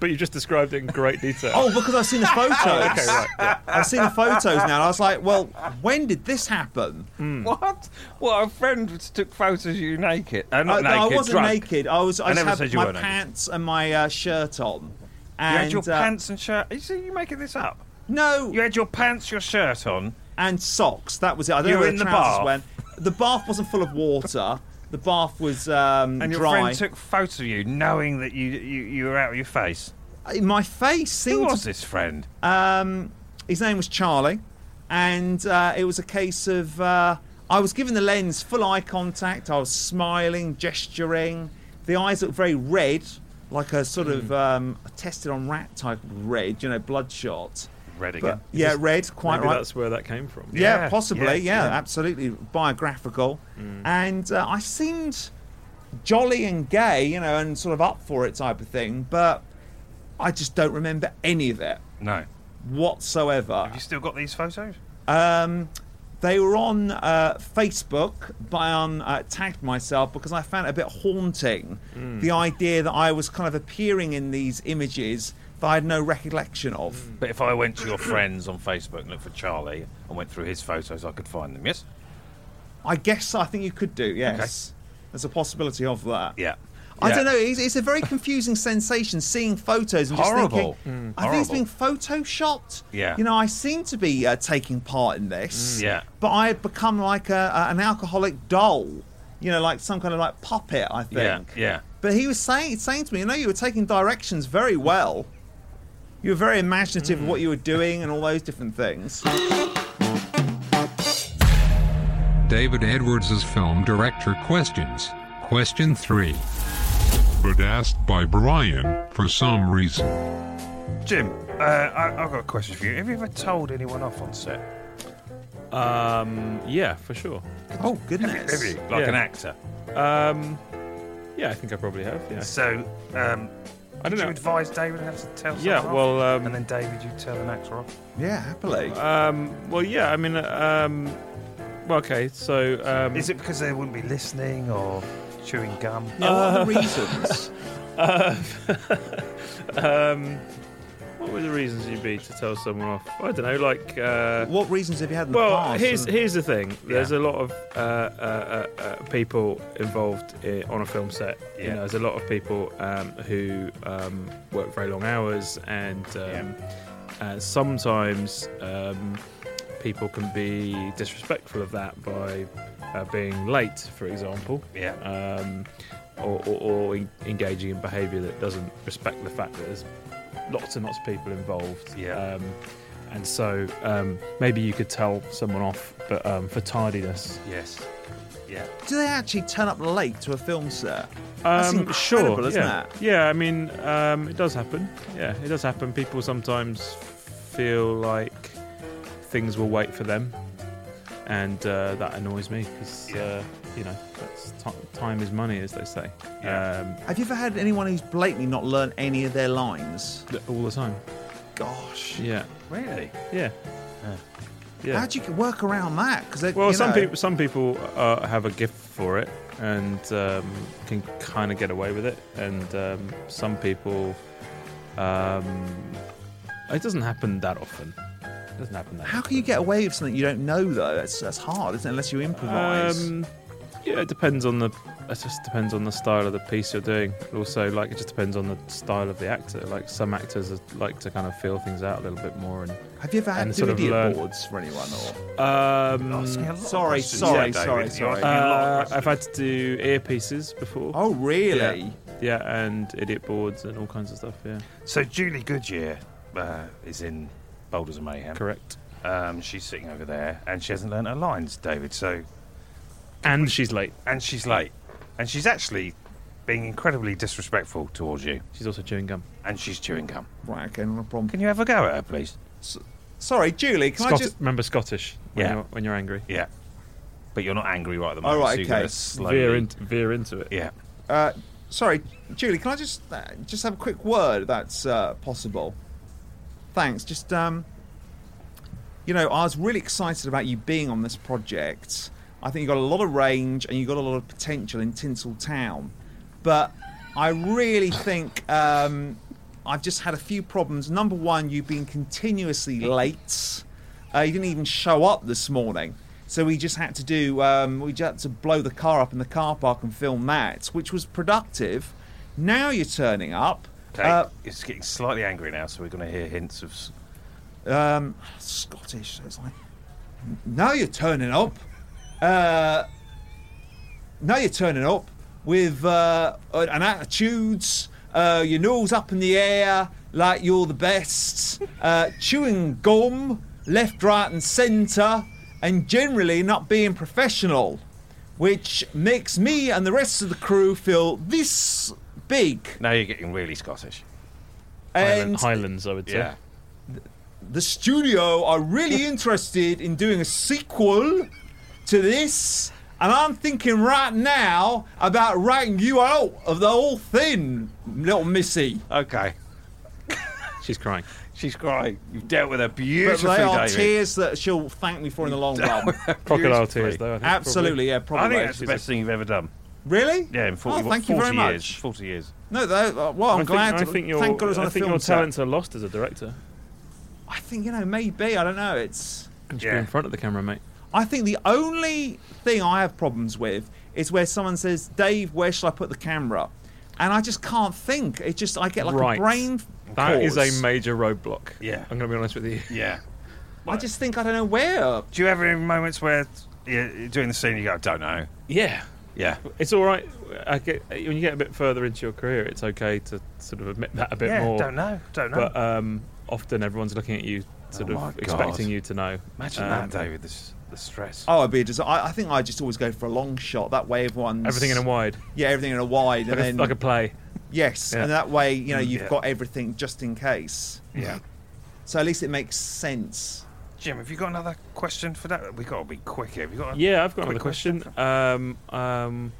C: but you just described it in great detail.
B: oh, because I've seen the photos.
C: okay, right. yeah.
B: I've seen the photos now. And I was like, well, when did this happen?
F: Mm. What? Well, a friend took photos of you naked. Uh,
B: I,
F: not
B: no,
F: naked,
B: I wasn't
F: drunk.
B: naked. I was. I,
F: I
B: just
F: never
B: had
F: said you
B: my
F: were naked.
B: pants and my uh, shirt on.
F: You
B: And,
F: had your
B: uh,
F: pants and shirt. You see, you're making this up.
B: No,
F: You had your pants, your shirt on,
B: and socks. That was it. I don't
A: You
B: know
A: were
B: where
A: in
B: the
A: the
B: trousers
A: bath?
B: went. The bath wasn't full of water. The bath was um,
A: And your
B: dry.
A: friend took photos of you, knowing that you you, you were out of your face.
B: In Uh, my face seemed
A: Who
B: to
A: was this friend?
B: um, his name was Charlie, and uh, it was a case of uh, I was given the lens full eye contact. I was smiling, gesturing. The eyes looked very red, like a sort
A: Hmm.
B: of um, tested on rat type red, you know, bloodshot.
A: Red
B: But-
A: again.
B: yeah, red, quite
C: Maybe
B: right.
C: that's where that came from.
B: Yeah,
A: Yeah,
B: possibly. Yeah,
A: yeah, yeah. Mm.
B: absolutely biographical. And uh, I seemed jolly and gay, you know, and sort of up for it type of thing, but I just don't remember any of it
A: No.
B: whatsoever.
A: Have you still got these photos?
B: Um, they were on uh, Facebook, but I um, uh, tagged myself because I found it a bit haunting.
A: Mm.
B: The idea that I was kind of appearing in these images that I had no recollection of.
A: But if I went to your friends on Facebook and looked for Charlie and went through his photos, I could find them. Yes.
B: I guess I think you could do, yes. There's a possibility of that.
A: Yeah.
B: I
A: Yeah.
B: don't know. It's, it's a very confusing sensation seeing photos and
A: Horrible.
B: just thinking, I think it's being photoshopped.
A: Yeah.
B: You know, I seem to be uh, taking part in this.
A: Mm. Yeah.
B: But I had become like a, a- an alcoholic doll. You know, like some kind of like puppet.
A: Yeah.
B: I think.
A: Yeah.
B: But he was saying saying to me, you know, you were taking directions very well. You were very imaginative of what you were doing and all those different things.
D: David Edwards' film director questions. Question 3. But asked by Brian for some reason.
A: Jim, uh, I, I've got a question for you. Have you ever told anyone off on set?
C: Um, yeah, for sure.
B: Oh goodness.
A: Have you? Like
C: Yeah.
A: an actor.
C: Um, yeah, I think I probably have. Yeah.
A: So, um,
C: I
A: would
C: don't
A: you
C: know.
A: advise David how to tell someone
C: Yeah,
A: off?
C: well, um,
A: and then David, you tell an actor off?
B: Yeah, happily.
A: Uh,
C: Um, well, yeah. I mean, uh, um, well, okay. So, um,
A: Is it because they wouldn't be listening or chewing gum?
B: Yeah, what
A: uh.
B: are the reasons?
C: um, what were the reasons you'd be to tell someone off? I don't know. Like, uh,
B: what reasons have you had in the
C: well,
B: past?
C: here's
B: and-
C: here's the thing. There's a lot of uh, uh, uh, uh, people involved i on a film set. You
A: Yeah.
C: know, there's a lot of people um, who um, work very long hours, and um, uh, sometimes um, people can be disrespectful of that by uh, being late, for example
A: Yeah.
C: um, or, or, or en- engaging in behaviour that doesn't respect the fact that there's lots and lots of people involved.
A: Yeah.
C: Um, and so um, maybe you could tell someone off, but um, for tardiness.
A: yes. Yeah.
B: Do they actually turn up late to a film set? That's
C: Um, sure.
B: incredible, isn't
C: yeah.
B: it?
C: Yeah. I mean, um, it does happen. Yeah, it does happen. People sometimes feel like things will wait for them, and uh, that annoys me because uh, you know that's ti time is money, as they say.
A: Yeah.
C: Um,
B: Have you ever had anyone who's blatantly not learned any of their lines?
C: Um, all the time.
B: Gosh,
C: Yeah,
A: Really?
C: yeah, yeah.
B: how do you work around that? Because
C: well, some people some people uh, have a gift for it and um, can kind of get away with it, and um, some people um, it doesn't happen that often. It doesn't happen that.
B: How
C: often.
B: can you get away with something you don't know though? That's that's hard, isn't it? Unless you improvise.
C: Um, yeah, it depends on the. It just depends on the style of the piece you're doing. Also, like it just depends on the style of the actor. Like some actors like to kind of feel things out a little bit more and.
B: Have you ever had
C: and
B: to
C: sort
B: do
C: of
B: idiot
C: learn-
B: boards for anyone? Or
C: Um,
A: Asking a lot of
B: sorry,
A: questions
B: sorry,
A: there,
B: sorry,
A: David. You're
B: sorry.
A: asking a lot of
C: Uh,
A: questions.
C: I've had to do earpieces before.
B: oh, really?
C: Yeah, and idiot boards and all kinds of stuff. Yeah,
A: So Julie Goodyear uh, is in Boulders of Mayhem.
C: correct.
A: Um, she's sitting over there, and she hasn't learned her lines, David. So,
C: And she's late.
A: and she's late, and she's actually being incredibly disrespectful towards you,
C: She's also chewing gum.
A: and she's chewing gum.
B: Right, okay, not a problem.
A: Can you have a go at her, please?
B: Sorry, Julie. Can
C: Scot-
B: I just?
C: remember Scottish. When
A: Yeah.
C: you're, when you're angry,
A: Yeah, but you're not angry right at the
B: All
A: moment. so
B: right,
A: you're
B: okay.
A: gonna slowly-
C: veer, in, veer into it.
A: Yeah,
B: Uh, sorry, Julie. Can I just uh, just have a quick word? If that's uh, possible. Thanks. Just um, you know, I was really excited about you being on this project. I think you got a lot of range and you got a lot of potential in Tinsel Town, but I really think um, I've just had a few problems. Number one, you've been continuously late. Uh, you didn't even show up this morning, so we just had to do um, we just had to blow the car up in the car park and film that, which was productive. Now you're turning up.
A: okay.
B: Uh,
A: it's getting slightly angry now, so we're going to hear hints of. s-
B: um, Scottish. So it's like now you're turning up. Uh, now you're turning up with uh, an attitudes, uh, your nose up in the air like you're the best, uh, chewing gum left, right, and centre, and generally not being professional, which makes me and the rest of the crew feel this big.
A: Now you're getting really Scottish.
C: Highland,
B: And
C: Highlands, I would say.
A: Yeah.
B: the studio are really interested in doing a sequel to this, and I'm thinking right now about writing you out of the whole thing, little missy.
A: Okay.
C: She's crying.
A: She's crying. You've dealt with her
B: But
A: beautifully,
B: they are
A: David.
B: tears that she'll thank me for in the long run.
C: Crocodile
A: Beautifully.
C: tears, though. I think, probably.
B: Absolutely, yeah,
A: I
B: probably.
A: think that's the best thing you've ever done.
B: Really?
A: Yeah, in 40,
B: oh, thank
A: 40
B: you very
A: years.
B: much.
A: 40 years.
B: No, though, well, I'm
C: I think-
B: glad.
C: I think your,
B: thank God it was on
C: I
B: a
C: think
B: film
C: your
B: set.
C: talents are lost as a director.
B: I think you know maybe I don't know. It's
C: You should be
A: Yeah.
C: in front of the camera, mate.
B: I think the only thing I have problems with is where someone says, "Dave, where shall I put the camera?" And I just can't think. It just I get like
C: Right.
B: a brain.
C: That is
B: pause.
C: a major roadblock.
A: Yeah.
C: I'm going to be honest with you.
A: Yeah.
B: I just think I don't know where.
A: Do you ever have moments where you're doing the scene you go, I don't know?
C: Yeah.
A: Yeah.
C: It's all right. I get, when you get a bit further into your career, it's okay to sort of admit that a bit
A: yeah,
C: more.
A: don't know. Don't know.
C: But um, often everyone's looking at you, sort
A: Oh my
C: of
A: God.
C: expecting you to know.
A: Imagine
C: Um,
A: that, uh, David, this, the stress.
B: Oh, it'd be just. I, I think I just always go for a long shot. That way, everyone's
C: Everything in a wide,
B: Yeah, everything in a wide,
C: like,
B: and then
C: a, like a play.
B: yes,
C: yeah.
B: and that way you know you've
A: yeah.
B: got everything just in case.
A: Yeah.
B: So at least it makes sense.
A: Jim, have you got another question for that? We've got to be quick here. Have you got a-
C: Yeah, I've got another
A: Quick
C: question. Um, um,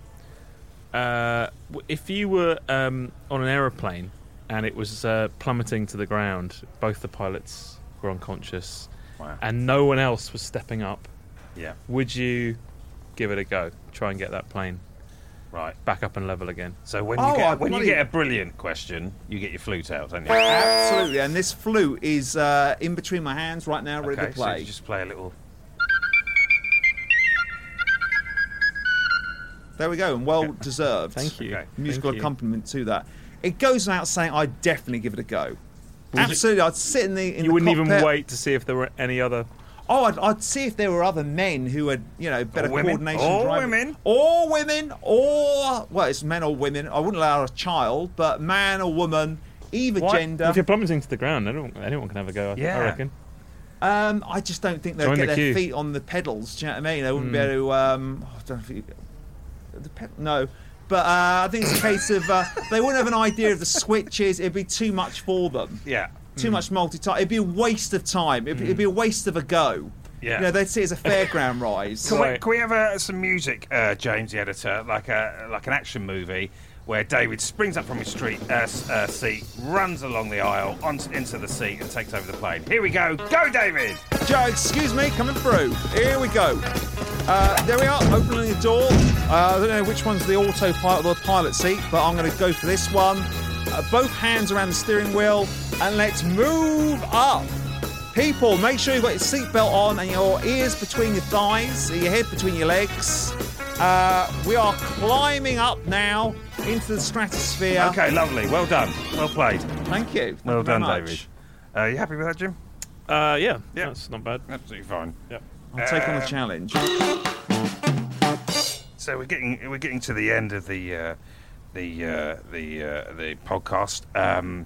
C: uh, w- if you were um, on an aeroplane and it was uh, plummeting to the ground, both the pilots were unconscious,
A: Wow.
C: and no one else was stepping up,
A: Yeah.
C: would you give it a go? Try and get that plane
A: Right.
C: back up and level again.
A: So when you
B: Oh,
A: get
B: I
A: when
B: bloody-
A: you get a brilliant question, you get your flute out, don't you?
B: Absolutely, and this flute is uh, in between my hands right now, ready
A: Okay,
B: to
A: so
B: play.
A: you just play a little.
B: There we go, and well deserved.
C: Thank you. Okay.
B: Musical
C: Thank you.
B: accompaniment to that. It goes without saying, I definitely give it a go. Absolutely, I'd sit in the. In
C: you
B: the
C: wouldn't even
B: cockpit.
C: wait to see if there were any other.
B: Oh, I'd, I'd see if there were other men who had, you know, better
A: women.
B: coordination.
A: Or
B: driving.
A: women.
B: Or women. Or, well, it's men or women. I wouldn't allow a child, but man or woman, either gender.
C: If you're plummeting to the ground, anyone, anyone can have a go. I,
A: Yeah.
C: I reckon.
B: Um, I just don't think they'd
C: Join
B: get
C: the
B: their
C: queue. Hmm.
B: feet on the pedals. Do you know what I mean? They wouldn't be able to. Um, oh, I don't think the ped- no. But uh, I think it's a case of uh, they wouldn't have an idea of the switches. It'd be too much for them.
A: Yeah.
B: Too
C: Hmm.
B: much multi-time. It'd be a waste of time. It'd, be it'd be a waste of a go.
A: Yeah.
B: You know, they'd see it as a fairground ride.
A: Can, we,
C: Right.
A: can we have uh, some music, uh, James, the editor, like a like an action movie where David springs up from his street uh, s- uh, seat, runs along the aisle onto into the seat, and takes over the plane. Here we go, go, David!
B: Joe, excuse me, coming through. Here we go. Uh, there we are, opening the door. Uh, I don't know which one's the autopilot or the pilot seat, but I'm going to go for this one. Uh, both hands around the steering wheel, and let's move up. People, make sure you've got your seatbelt on and your ears between your thighs, your head between your legs. Uh, we are climbing up now into the stratosphere.
A: Okay, lovely, well done, well played,
B: Thank you. Thank
A: well
B: you Ah. very
A: done,
B: much.
A: David. Uh, you happy with that, Jim?
C: Uh, yeah,
A: Yeah.
C: that's not bad.
A: Absolutely fine.
C: Yep.
B: I'll take
A: Uh,
B: on the challenge.
A: oh, So we're getting we're getting to the end of the uh, the uh, the uh, the podcast. Um,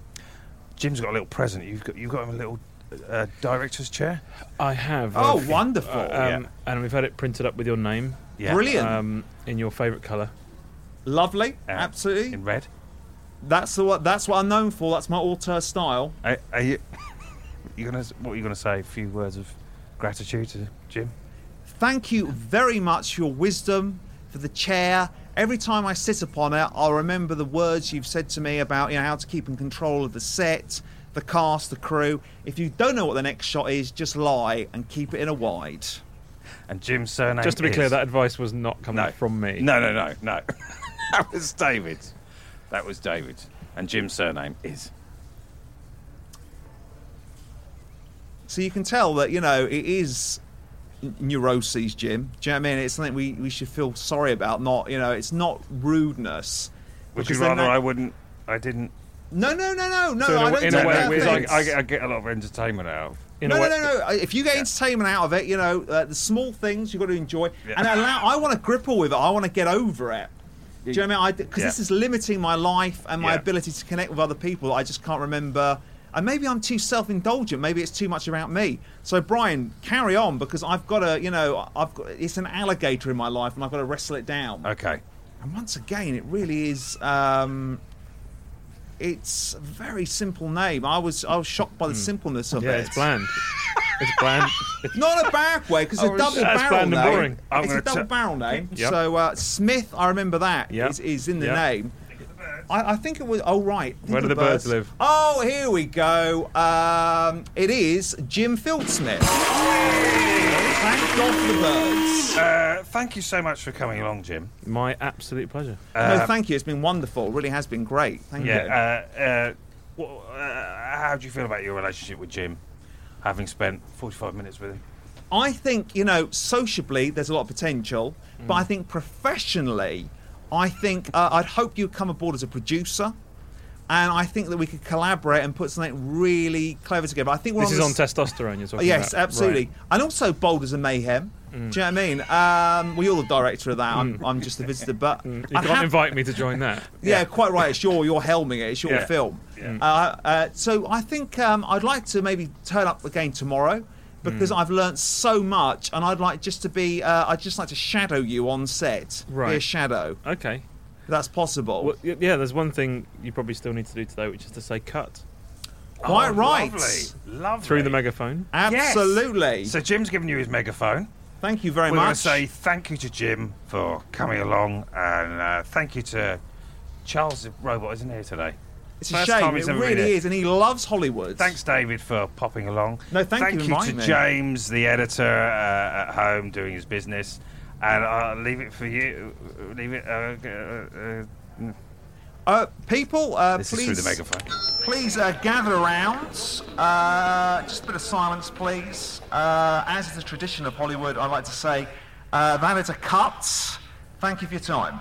A: Jim's got a little present. You've got you've got him a little uh, director's chair.
C: I have.
B: Oh,
C: I've-
B: wonderful.
C: um,
A: yeah.
C: And we've had it printed up with your name
A: Uh, Yeah.
B: Brilliant.
C: um, in your favourite colour.
B: Lovely.
A: Uh,
B: Absolutely.
A: in red.
B: That's the what. That's what I'm known for. That's my auteur style.
A: Are, are you you gonna what are you gonna say? A few words of gratitude to Jim.
B: Thank you very much for your wisdom, for the chair. Every time I sit upon it, I'll remember the words you've said to me about you know how to keep in control of the set, the cast, the crew. If you don't know what the next shot is, just lie and keep it in a wide.
A: And Jim's surname.
C: Just to be
A: is-
C: clear, that advice was not coming
A: no
C: from me.
A: No, no, no, no. that was David. That was David. And Jim's surname is.
B: So you can tell that you know it is n- neuroses, Jim. Do you know what I mean? It's something we, we should feel sorry about. Not you know, it's not rudeness.
A: Would
B: Because
A: you
B: then
A: rather
B: that-
A: I wouldn't? I didn't.
B: No, no, no, no, no.
C: So in a,
B: I
C: w-
B: don't
C: in
B: take
C: a way,
B: that
C: we're
A: I,
B: offence.
C: like-
A: I, get, I get a lot of entertainment out of
C: in
B: no,
C: a way.
B: no, no, no. If you get entertainment out of it, you know uh, the small things you've got to enjoy, and allow. I want to grapple with it. I want to get over it. Do you know what I mean? Because
A: Yeah.
B: this is limiting my life and my
A: Yeah.
B: ability to connect with other people. I just can't remember. And maybe I'm too self-indulgent. Maybe it's too much about me. So Brian, carry on because I've got to. You know, I've got. It's an alligator in my life, and I've got to wrestle it down.
A: Okay.
B: And once again, it really is. Um, it's a very simple name. I was I was shocked by the simpleness of
C: Hmm. Yeah,
B: it.
C: it's bland. It's bland.
B: Not in a bad way because it's a
C: Oh,
B: double
C: that's
B: barrel
C: bland and
B: name.
C: boring.
A: I'm
B: It's a
A: gonna
B: double
A: t-
B: barrel name.
C: Yep.
B: So uh, Smith, I remember that is
C: Yep.
B: is, in the
C: Yep.
B: name. I, I think it was. Oh right. Think
C: Where
B: of
C: do the birds live?
B: Oh, here we go. Um, it is Jim Fieldsmith. Thank God for the birds.
A: Uh, thank you so much for coming along, Jim.
C: My absolute pleasure.
B: no, thank you. It's been wonderful. It really has been great. Thank you.
A: Yeah. Uh, uh, what, uh, how do you feel about your relationship with Jim, having spent 45 minutes with him?
B: I think, you know, sociably, there's a lot of potential, but
C: Mm.
B: I think professionally, I think uh, I'd hope you'd come aboard as a producer. And I think that we could collaborate and put something really clever together. I think we're
C: This is
B: the
C: on
B: s- Oh,
C: testosterone you're talking
B: Yes,
C: about.
B: absolutely.
C: Right. Mm.
B: And also Boulders and Mayhem. Do you know what I mean? Um, well, you're the director of that. I'm, I'm just a visitor, but
C: Mm. You
B: I'd
C: can't
B: have-
C: invite me to join that.
B: yeah, quite right. It's your you're helming it. It's your
C: Yeah.
B: film. Uh, uh, so I think um, I'd like to maybe turn up again tomorrow because
A: Mm.
B: I've learnt so much, and I'd like just to be. Uh, I'd just like to shadow you on set. Be a
C: Right.
B: shadow.
C: Okay.
B: If that's possible.
C: Well, y- yeah, there's one thing you probably still need to do today, which is to say cut
B: quite
A: Oh,
B: right.
A: Lovely. Lovely.
C: through the megaphone.
B: Absolutely.
A: So Jim's given you his megaphone.
B: Thank you very
A: We want
B: much.
A: to say thank you to Jim for coming along, and uh, thank you to Charles the Robot isn't here today.
B: it's a
A: first
B: shame.
A: time
B: It
A: he's ever been
B: really
A: here.
B: is, and he loves Hollywood.
A: Thanks, David, for popping along.
B: No, thank you for
A: to
B: inviting me.
A: James, the editor uh, at home, doing his business, and I'll leave it for you. Leave it. Uh, uh, uh,
B: Uh, people, uh,
A: this
B: please.
A: is through the megaphone.
G: Please uh, gather around. Uh, just a bit of silence, please. Uh, as is the tradition of Hollywood, I'd like to say uh, that is a cut. Thank you for your time.